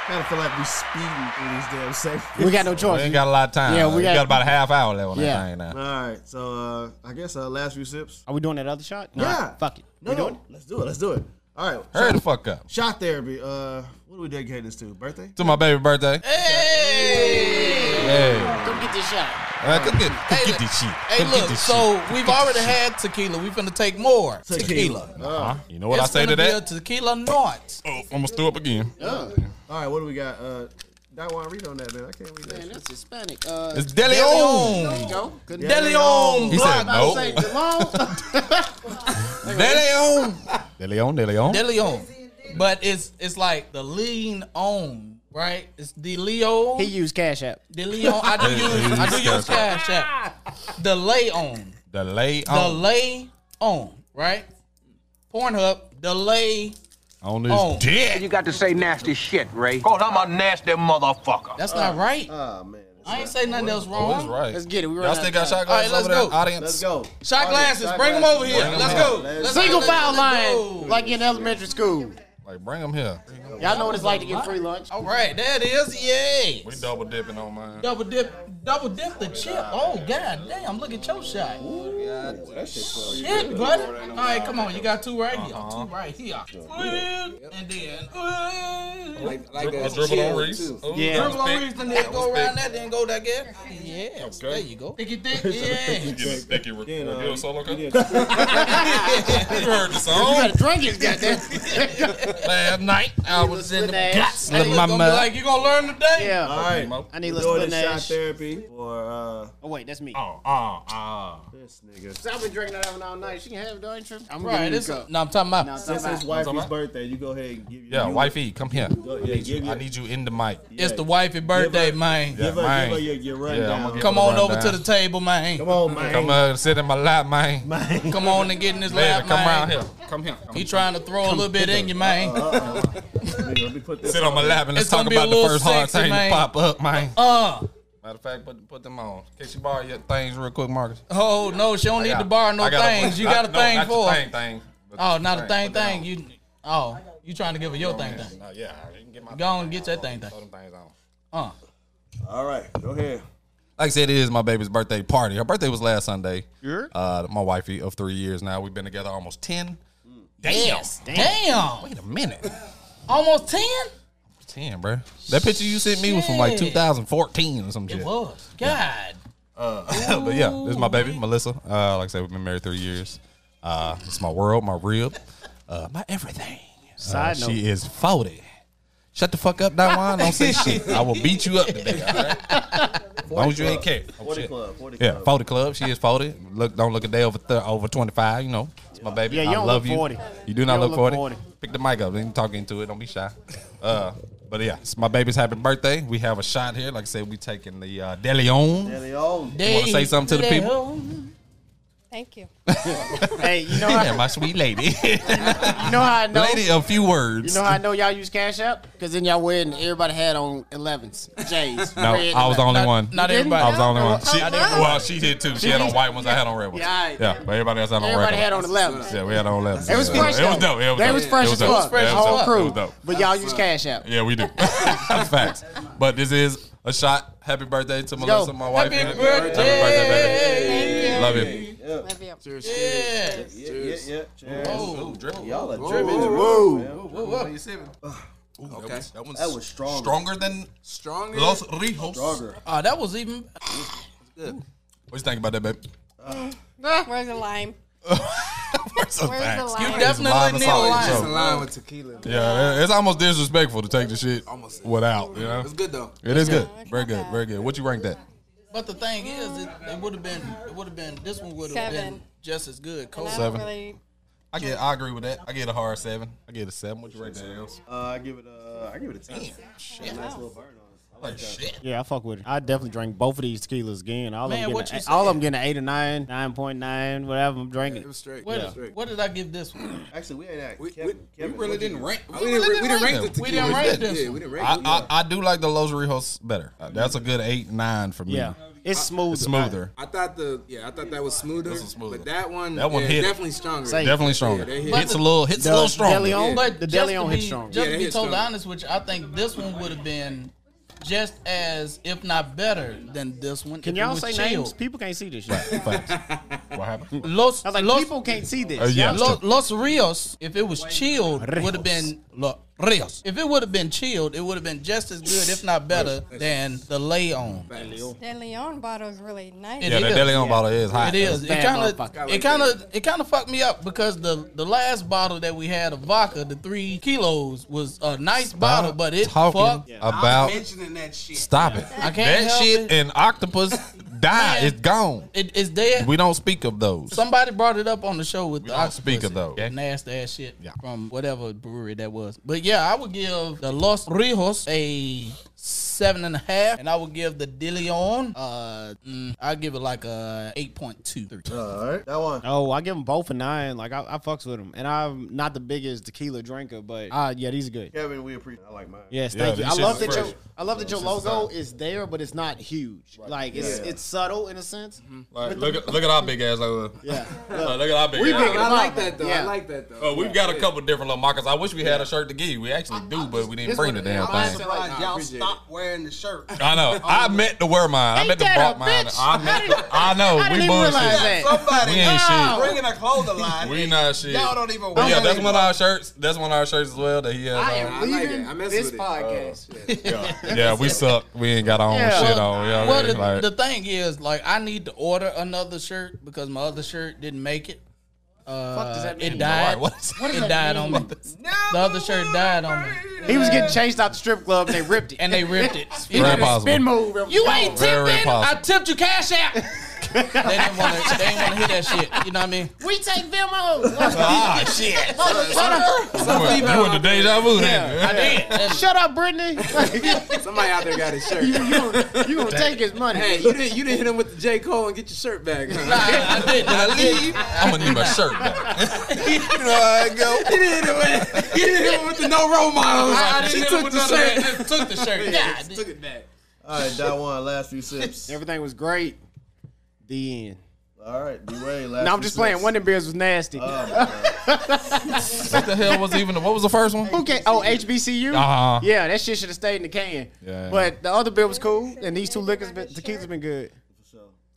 Kind of feel like we speeding through these damn segments. We got no choice. We ain't got a lot of time. Oh, Yeah, Yeah, we we, got- got, about a half hour left on that thing All now. right, so uh, I guess uh, last few sips. Are we doing that other shot? No, Yeah. Fuck it. No, we no, doing let's do it. Let's do it. All right. Hurry shot, the fuck up. shot therapy. Uh, what do we dedicate this to? Birthday? To my baby birthday. Hey. it. Come get this shot. Uh, come get, come get this shit. Hey, Come get look. this So shit. we've Come get already this had tequila. We finna take more tequila. Uh-huh. You know what I It's say to finna be that? A tequila night. Oh, almost threw up again. All right, what do we got? Uh, Daiwan, read on that, man. I can't read that. Man, that's Hispanic. Uh, It's De Leon. There you go. Good De Leon. He said I was no. about to say, DeLong. De Leon. De Leon. De Leon. De Leon. But it's it's like the lean on, right? It's the Leo. he used Cash App. The Leon. I do He use I do used use Cash Cash App. The lay on. De Leon. The lay on, right? Pornhub. The lay. On this on. dick. You got to say nasty shit, Ray. Cause I'm a nasty motherfucker. That's not right. Oh, man. I ain't say nothing else Oh, that's wrong. right. Let's get it. We Y'all run out still of got time. shot All right, glasses let's over there? go. Audience. Let's go. Shot All right, glasses. shot Bring them glasses. over here. Bring 'em Let's out. go. Let's Let's Single go. file Let's go. line, like in elementary school. Like, bring them here. Y'all know what it's like to get free lunch. All right, there it is. Yeah. We double dipping on mine. Double dip, double dip the chip. Oh god damn! Look at your shot. Shit, buddy. All right, come on. You got two right here, Uh-huh. two right here, and then uh, Like, like I that dribble on chill, Reese. Oh, too. Ooh, Yeah. that dribble was on thick. reason, then go was around thick. that, then go that again. Yes, there you go. Thicky thick, yeah. You just think you were- uh, you a solo cup? did. You heard the You song gotta drink it, goddamn. last night. I was in the guts Uh-huh. of It's my gonna be mouth. like you gonna learn today. Yeah. All right. I need We're less doing split this shot Nash. therapy for uh, Oh wait, that's me. Oh, oh, oh. this nigga. So I've been drinking that one all night. She can have it, though, ain't you? I'm Right. giving you This, a cup. no, I'm talking about. Now, Since talk it's about- wifey's birthday, you go ahead and give you. Yeah, you- wifey, come here. Go- I yeah, need give you, I your- need you in the mic. It's the wifey birthday, man. Yeah, Give her, mine. give her your, your Yeah, I'ma rundown. give Come her on the over to rundown. the table, man. Come on, man. Come on, sit in my lap, man. Come on and get in this Baby, lap, come around man. here. Come here. Come He trying to throw a little bit in you, man. Uh-huh. Nigga, Let me put this Sit on my lap and let's It's talk gonna be a about the little first hard sexy, thing man. to pop up, man. Uh, Matter of fact, put, put them on. Can you borrow your things real quick, Marcus? oh no, she don't need to borrow no I got a- things. You I- got a no, thing not for your her. thing, thing. But Oh, your not a thing, put them thing. on. You, oh, you trying to give her your thing, thing. No, yeah, I can get my Go on, thing get on. your thing, thing. Throw them things on. Uh, All right, go ahead. Like I said, it is my baby's birthday party. Her birthday was last Sunday. Uh, my wifey of three years now. We've been together almost ten. Damn. damn. Wait a minute. almost ten. ten, bro. That picture you sent me was from like Shit. 2014 or some shit. It was. God, but yeah, this is my baby, Melissa. Uh, like I said, we've been married three years. Uh, it's my world, my rib, uh, my everything. Side Uh, note. She is 40. Shut the fuck up, Diane. Don't say shit. I will beat you up today, all right? As long as you ain't care. Oh, 40 shit. Club, 40 yeah, Club. 40 Club. She is 40. Look, don't look a day over th- over 25, you know. It's my baby. Yeah, you I don't love look you. 40. You do not You don't look, look 40. 40. Pick the mic up. Then talk into it. Don't be shy. Uh, but yeah, it's my baby's happy birthday. We have a shot here. Like I said, we taking the uh, De Leon. There they all. they wanna say something to the people? Thank you. Hey, you know, Yeah, how, my sweet lady. you know how I know. lady, a few You words. know how I know y'all use Cash App? Because in y'all wedding, everybody had on 11s, J's. no, red I was the 11s. only one. Not didn't? everybody. I was the only one. Oh, She, oh, well, she did too. She had on white ones. I had on red ones. Yeah, all right. Yeah, but everybody else had on Everybody red had on ones. 11s. Yeah, we had on lemons. It was fresh. It was though. dope. It was They dope. was fresh It as dope. fuck. Yeah, it was The whole dope. It crew. was dope. But y'all use Cash App. Yeah, we do. Facts. But this is a shot. Happy birthday to Melissa, my wife. Happy birthday. baby. Love Love you. you. Yeah. Yeah, yeah, yeah. Cheers. Oh, Ooh, dribble. Y'all are dripping. Whoa, whoa, whoa, you sipping? That one's- That one's That was stronger. Stronger than Stronger. Los Rijos. What Stronger. Oh, that was even. you think about that, babe? Where's the lime? Where's the Where's the facts? line? You It's lime definitely and need a salt. It's line. in line with tequila. Yeah, it- it's almost disrespectful to take the shit Almost. without. You know, It's good though. it is good. it's Very not good. bad. Very good. What you rank that? But the thing is, it, it would have been. It would have been. This one would have been Seven. just as good. And Cold. I Seven. don't really. I get. I agree with that. I get a hard seven. I get a seven. What you rank that? Else? Uh, I give it. Uh, I give it a ten. Got a nice little burn on it. I Like shit. Yeah, I fuck with it. I definitely drink both of these tequilas again. All Man, of them what getting you a, all of said. them getting an eight or nine, nine point nine, whatever I'm drinking. It was straight. What, Yeah. what did I give this one? Actually, we ain't that. We, we, we really didn't rank. We We, really didn't, we didn't didn't rank, rank the them. tequila. We didn't rank this Yeah, one. we didn't rank. I, we- I, I do like the Los Rijos better. Uh, That's a good eight nine for me. Yeah. It's smooth. smoother. I thought the yeah, I thought that was smoother. But that one, That one yeah, hit it. definitely stronger. Same. Definitely stronger. that Hits a little- hits a little stronger. Leon- But the just Deleon to hit be- strong. Just Yeah, to they be hit totally strong. honest with you, I think this one would have been just as, if not better, than this one. Can if it y'all was say chilled. names? People can't see this shit. What happened? Los, I was like, Los, people can't see Uh, this. Oh, yeah. Los, Los Rios, if it was chilled, would have been Los Rios. If it would have been chilled, it would have been just as good, if not better, than the lay on. That Leon bottle is really nice. Yeah, that Deleon bottle is hot. It is. It's It bad kind motherfucker. of, it kind of, it kind of fucked me up because the the last bottle that we had of vodka, the three kilos, was a nice bottle, but it talking fucked about mentioning that shit. Stop it. I can't that help shit it. and octopus die. It's gone. It, it's dead. We don't speak of those. Somebody brought it up on the show with the don't octopus speak of those. and nasty ass shit from whatever brewery that was. But yeah, I would give the Los Rijos a seven and a half, and I would give the Deleon. Uh, mm, I'd give it like a eight point two three. All right, that one. Oh, I give them both a nine. Like I, I fucks with them, and I'm not the biggest tequila drinker, but uh, yeah, these are good. Kevin, we appreciate. I like mine. Yes, Yeah, thank these you. I love shits that is your fresh. I love that Yeah, your shits is logo is there, but it's not huge. Like it's Yeah. it's subtle in a sense. Like, look, at- look at our big ass over there. Yeah. Like, look at our big We ass. big I like that though. Yeah. I like that though. Oh, we've got a couple different little markers. I wish we had a shirt to give. We actually do, but we didn't bring the damn thing. y'all stop wearing the shirt. I know. I meant to wear mine. I Ain't meant to that bought a mine. bitch? I meant. To, I know. I didn't we even bullshit. realize that. Somebody we ain't is shit. bringing a clothing line. We not shit. Y'all don't even But wear yeah, it. that's one of our shirts. That's one of our shirts as well that he has. I on. am leaving this Uh, podcast. Yeah, we suck. We ain't got our own Yeah. shit Well, on. You know what I Well, mean? the, Like- the thing is, like, I need to order another shirt because my other shirt didn't make it. Uh, Fuck does that mean? It died. Why? What is- what does it that died on mean? me. The other shirt died on me. He was getting chased out the strip club, and they ripped it. and they ripped it. You Very did a possible. spin move. it was You gone. ain't tipping. I tipped you cash out. they didn't want to. They didn't want to hear that shit. You know what I mean? We take Venmo. Ah, shit. you went, you went to deja vu then. I did. Shut up, Brittany. Somebody out there got his shirt. you, you, you gonna take his money? Hey, you didn't you didn't hit him with the J Cole and get your shirt back. I did. I I'm gonna need my shirt back. go. You didn't hit him with, you didn't hit him with the no role models. I- I didn't she hit him took with the none of that. shirt. Just took the shirt. Yeah, God, took it back. All right, that one. Last few sips. Everything was great. The end. All right, D Ray. Last. No, I'm few just sips. playing. Wonder Beers was nasty. What the hell was even? What was the first one? Who can? Oh, HBCU. Uh-huh. Yeah, that shit should have stayed in the can. Yeah. But the other beer was cool, and these two liquors, been, tequila's been good.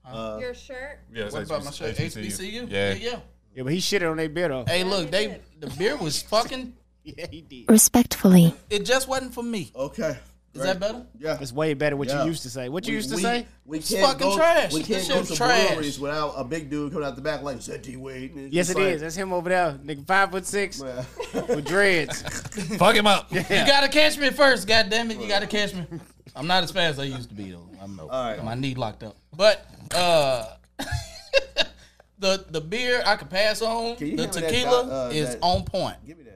Your shirt. Yeah, What about my shirt? HBCU. Yeah, yeah. Yeah, but he shitted on their beer though. Hey, look, they the beer was fucking. yeah, he did. Respectfully. It just wasn't for me. Okay. Is that better? Yeah, it's way better what Yeah. you used to say. What you We- used to we- say? We It's can't fucking go, trash. We This can't shit go was to trash. breweries without a big dude coming out the back like, "Is that D Wade?" And it's Yes, just it is. like, That's him over there, nigga, five foot six, with dreads. Fuck him up. You gotta catch me first, God damn it! You gotta catch me. I'm not as fast as I used to be though. I'm my knee locked up. But uh, the the beer I could pass on. Can you The give me that tequila di- uh, is that- on point. Give me that.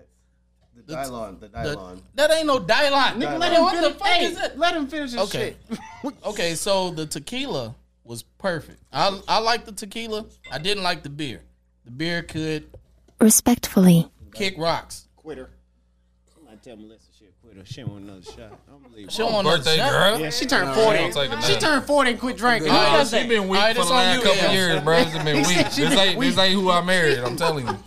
The Dylon. The The- Dylon. that ain't no Dylon. Nigga, let him what the finish- fuck hey, is that? Let him finish his okay. okay, so the tequila was perfect. I I like the tequila. I didn't like the beer. The beer could Respectfully. kick rocks. Quitter. I tell Melissa she a quitter. She want another shot. She Oh, don't want another Birthday shot. girl. Yeah, she turned Nah, forty. she don't take a She nap. turned forty and quit drinking. Who Nah, does she that? been weak All right, for it's the on last you, couple Elsa. years, bro. It's been He weak. said This she been ain't, this weak. ain't who I married. I'm telling you,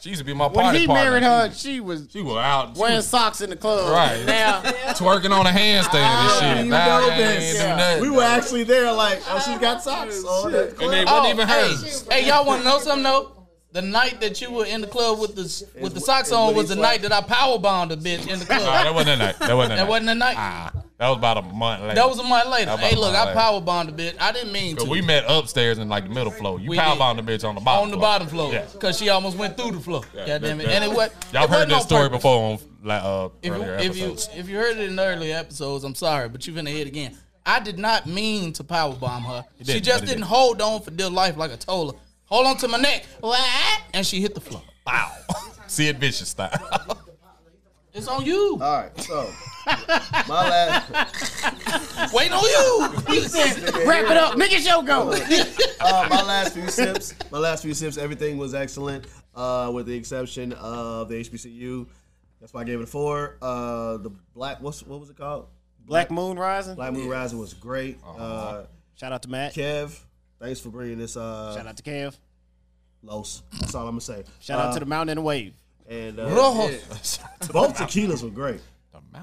she used to be my When party he partner. married her, she was she was out she wearing was socks in the club. Right. now, twerking on a handstand and shit. Nah, I ain't do nothing. We were actually there, like, oh, she got socks Oh, on. That And they club. wasn't even hers. Oh, Hey, hey, y'all want to know something though? The night that you were in the club with the with the socks on was the night that I power bombed a bitch in the club. Nah, that wasn't that night. That wasn't that, That night. wasn't the night. Ah, that was about a month later. That was a month later. That was about Hey, a look, month I later. power bombed a bitch. I didn't mean to. Cause we met upstairs in like the middle floor. You We power did. bombed the bitch on the bottom. on the bottom floor Yeah. because she almost went through the floor. God damn it! That- And it was Y'all heard it wasn't this on story purpose. before on like uh If you, earlier if you episodes. if you heard it in earlier episodes, I'm sorry, but you're gonna hear it again. I did not mean to power bomb her. You she didn't, just but it didn't did. hold on for dear life like I told her. Hold on to my neck, what? And she hit the floor. Wow. See it vicious style. It's on you. All right, so my last. Wait on you. He said, "Wrap it up. Make it show go." uh, my last few sips. My last few sips. Everything was excellent, uh, with the exception of the HBCU. That's why I gave it a four. Uh, the black. What's what was it called? Black Moon Rising. Black Moon Rising was great. Uh-huh. Uh, Shout out to Matt. Kev, thanks for bringing this. Uh, Shout out to Kev. Los. That's all I'm gonna say. Shout out to the Mountain and the Wave. And uh, Rojo. yeah. both tequilas were great.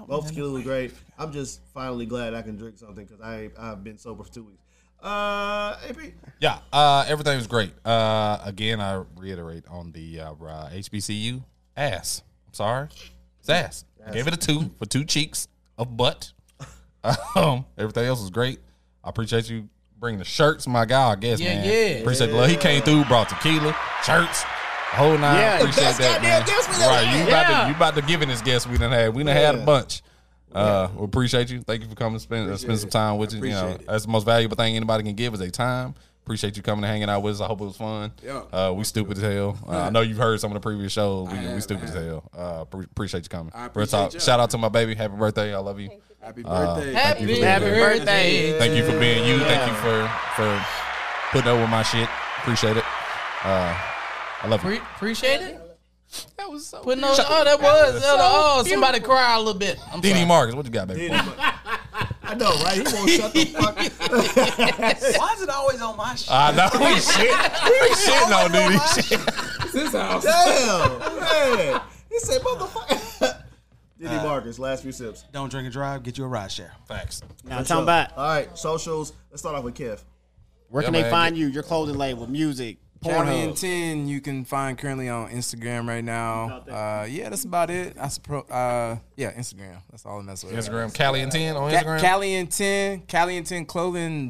Both tequilas were great. I'm just finally glad I can drink something because I I've been sober for two weeks. Uh, AP. Yeah, uh, everything was great. Uh, again, I reiterate on the uh, uh, HBCU ass. I'm sorry, it's ass. I gave it a two for two cheeks of butt. Um, everything else was great. I appreciate you bringing the shirts, my guy. I guess, Yeah, man. yeah. Appreciate the love. He came through, brought tequila, shirts. the Whole nine, Yeah, the appreciate best that, goddamn man. guest we done Right, had. you about Yeah. to you about to give in this guest we done had. We done had a bunch. Uh, we appreciate you. Thank you for coming. Spend uh, spend some time with you. You know, Appreciate it. that's the most valuable thing anybody can give is their time. Appreciate you coming and hanging out with us. I hope it was fun. Yeah. Uh, we stupid as hell. Uh, I know you've heard some of the previous shows. We, I we have, stupid I as hell. Uh, pre- appreciate you coming. I Real appreciate talk. y'all. Shout out to my baby. Happy birthday. I love you. Happy Uh, birthday. thank you for Happy being here. birthday. Thank you for being you. Thank you Yeah. for for putting up with my shit. Appreciate it. Uh, I love you. Pre- appreciate it. That was so. Putting on, beautiful. oh, that was. So oh, somebody beautiful. cried a little bit. I'm DD sorry. Marcus, what you got, baby? I know, right? He won't shut the fuck. Why is it always on my shit? I know we shit. We be shitting on DD. Shit. This house. Damn, man. He said, motherfucker. Diddy Marcus, last few sips. Don't drink and drive. Get you a ride share. Facts. Now, What's up? talking Uh, about- All right, socials. Let's start off with Kev. Where can they find you? Your clothing label, music, County and Pornhub. Ten, you can find currently on Instagram right now. Uh, yeah, that's about it. I suppose. Uh, yeah, Instagram. That's all I mess with. Instagram, Cali and 10 on Ca- Instagram? Cali and 10, Cali and 10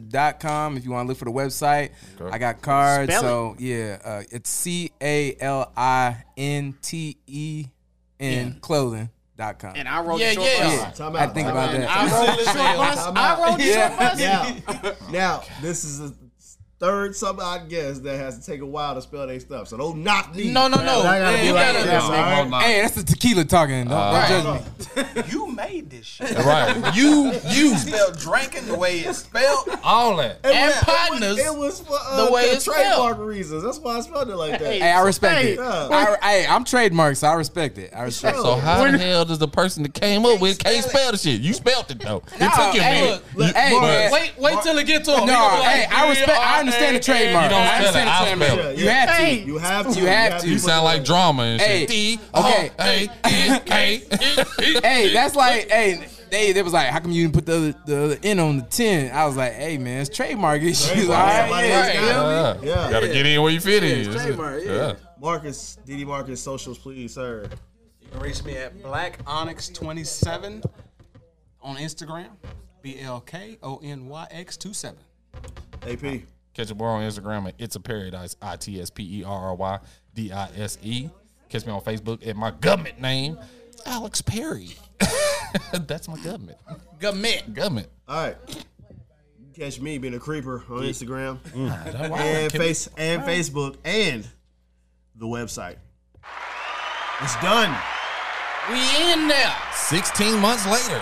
clothing.com if you want to look for the website. Okay. I got cards. Spell it. so, yeah, uh, it's C A L I N T E N clothing.com. And I wrote the Yeah, short yeah. bus. Time I out, think time about out. that. I wrote the short bus. Time I out. wrote the short bus. Now, now, this is the third some odd guess that has to take a while to spell their stuff. So don't knock me. No, no, no. I gotta Hey, be you like gotta- this, No, all right? hold on. Hey, that's the tequila talking. Don't, don't Uh, judge me. You made this shit. Right. You you spelled drinking the way it's spelled. All that. It And was- partners It was, it was for uh, the way the it's trademark reasons. That's why I spelled it like that. Hey, I respect it. Yeah. I, hey, I'm trademarked, so I respect it. I respect So it. how the hell does the person that came up with can't spell the shit? You spelled it though. It took you a hey, minute. look, You- hey, but- man. Wait, wait till it get to him. He No, gonna be hey, I respect. I "Yeah, understand the yeah, yeah." trademark. You don't I spell it, understand I the spell trademark. it. You have Hey. to. You have to. You have to. You sound like drama and Hey, shit. D oh, okay. okay. hey, that's like, hey, they they was like, how come you didn't put the other, the other N on the ten? I was like, hey man, it's trademark issues. All right, Somebody else yeah, got you feel me? Yeah. it. Yeah. Gotta get in where Uh-huh. you fit in. it's trademark, yeah. Marcus, DD Marcus, socials, please, sir. You can reach me at Black Onyx 27 on Instagram. B L K O N Y X 27. AP. Catch a boy on Instagram at It's a Paradise, I T S P E R R Y D I S E. Catch me on Facebook at my government name, Alex Perry. That's my government. Government. Government. All right. You Catch me being a creeper on Instagram Mm. Why and can we- face and why? Facebook and the website. It's done. We in there. 16 months later.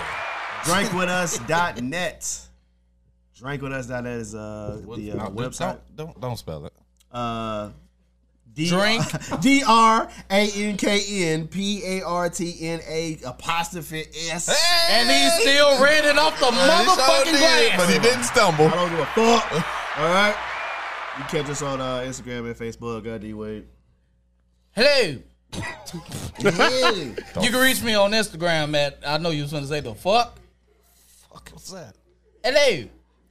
Drinkwithus.net. Drinkwithus.net is uh, the uh, No, website. Don't, don't don't spell it. uh D- Drink. D R A N K N P A R T N A apostrophe S. And he still ran it off the motherfucking glass. But he didn't stumble. I don't give a fuck. All right. You catch us on uh, Instagram and Facebook, uh, D Wade. Hello. Hey. You can reach me on Instagram at I know you was gonna say the fuck. Fuck what's that? Hello.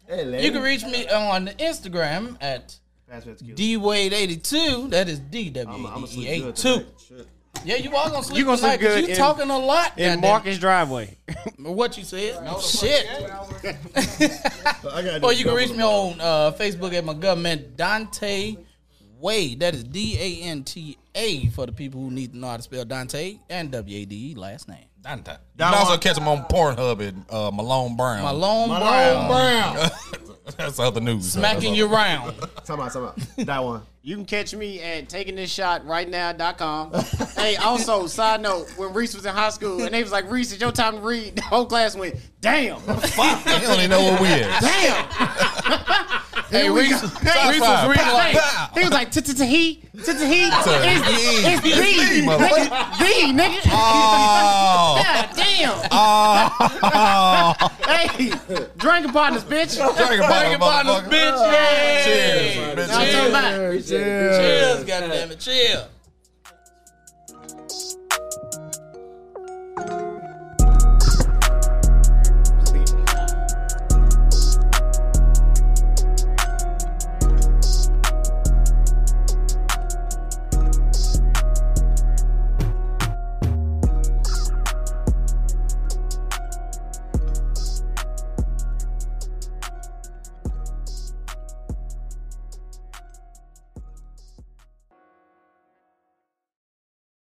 Hello. You can reach me on Instagram at Pass me that tequila. D Wade eighty two. That is D I'm, I'm W gonna E sleep eighty good two. tonight. Shit. Yeah, you all gonna sleep. You gonna sleep tonight 'cause good You in- talking a lot In goddamn. Marcus driveway. What you said? Shit. I gotta do Or you can double reach me tomorrow. on uh, Facebook at my government Dante Wade. That is D A N T A for the people who need to know how to spell Dante and W A D E last name. Dante. You can also catch him on Pornhub at uh, Malone Brown. Malone Malone Brown. Brown. That's other news. That's Smacking other- you around. Time out, time out. That one. You can catch me at takingthisshot.rightnow.com. hey, also, side note, when Reese was in high school and they was like, Reese, it's your time to read, the whole class went, damn. Fuck. They don't even know what we is. Damn. Hey, Reese, Hey, Reese was reading like, Hey, he was like, "T-t-t-he, t-t-he, it's it's It's the, me, motherfucker." nigga, the, nigga." Oh. God damn. oh. Hey, drinking partners, bitch. Drinking partners, motherfucker. bitch. Hey. Cheers, bitch. Now I'm talking about- Cheers, goddammit. Chill.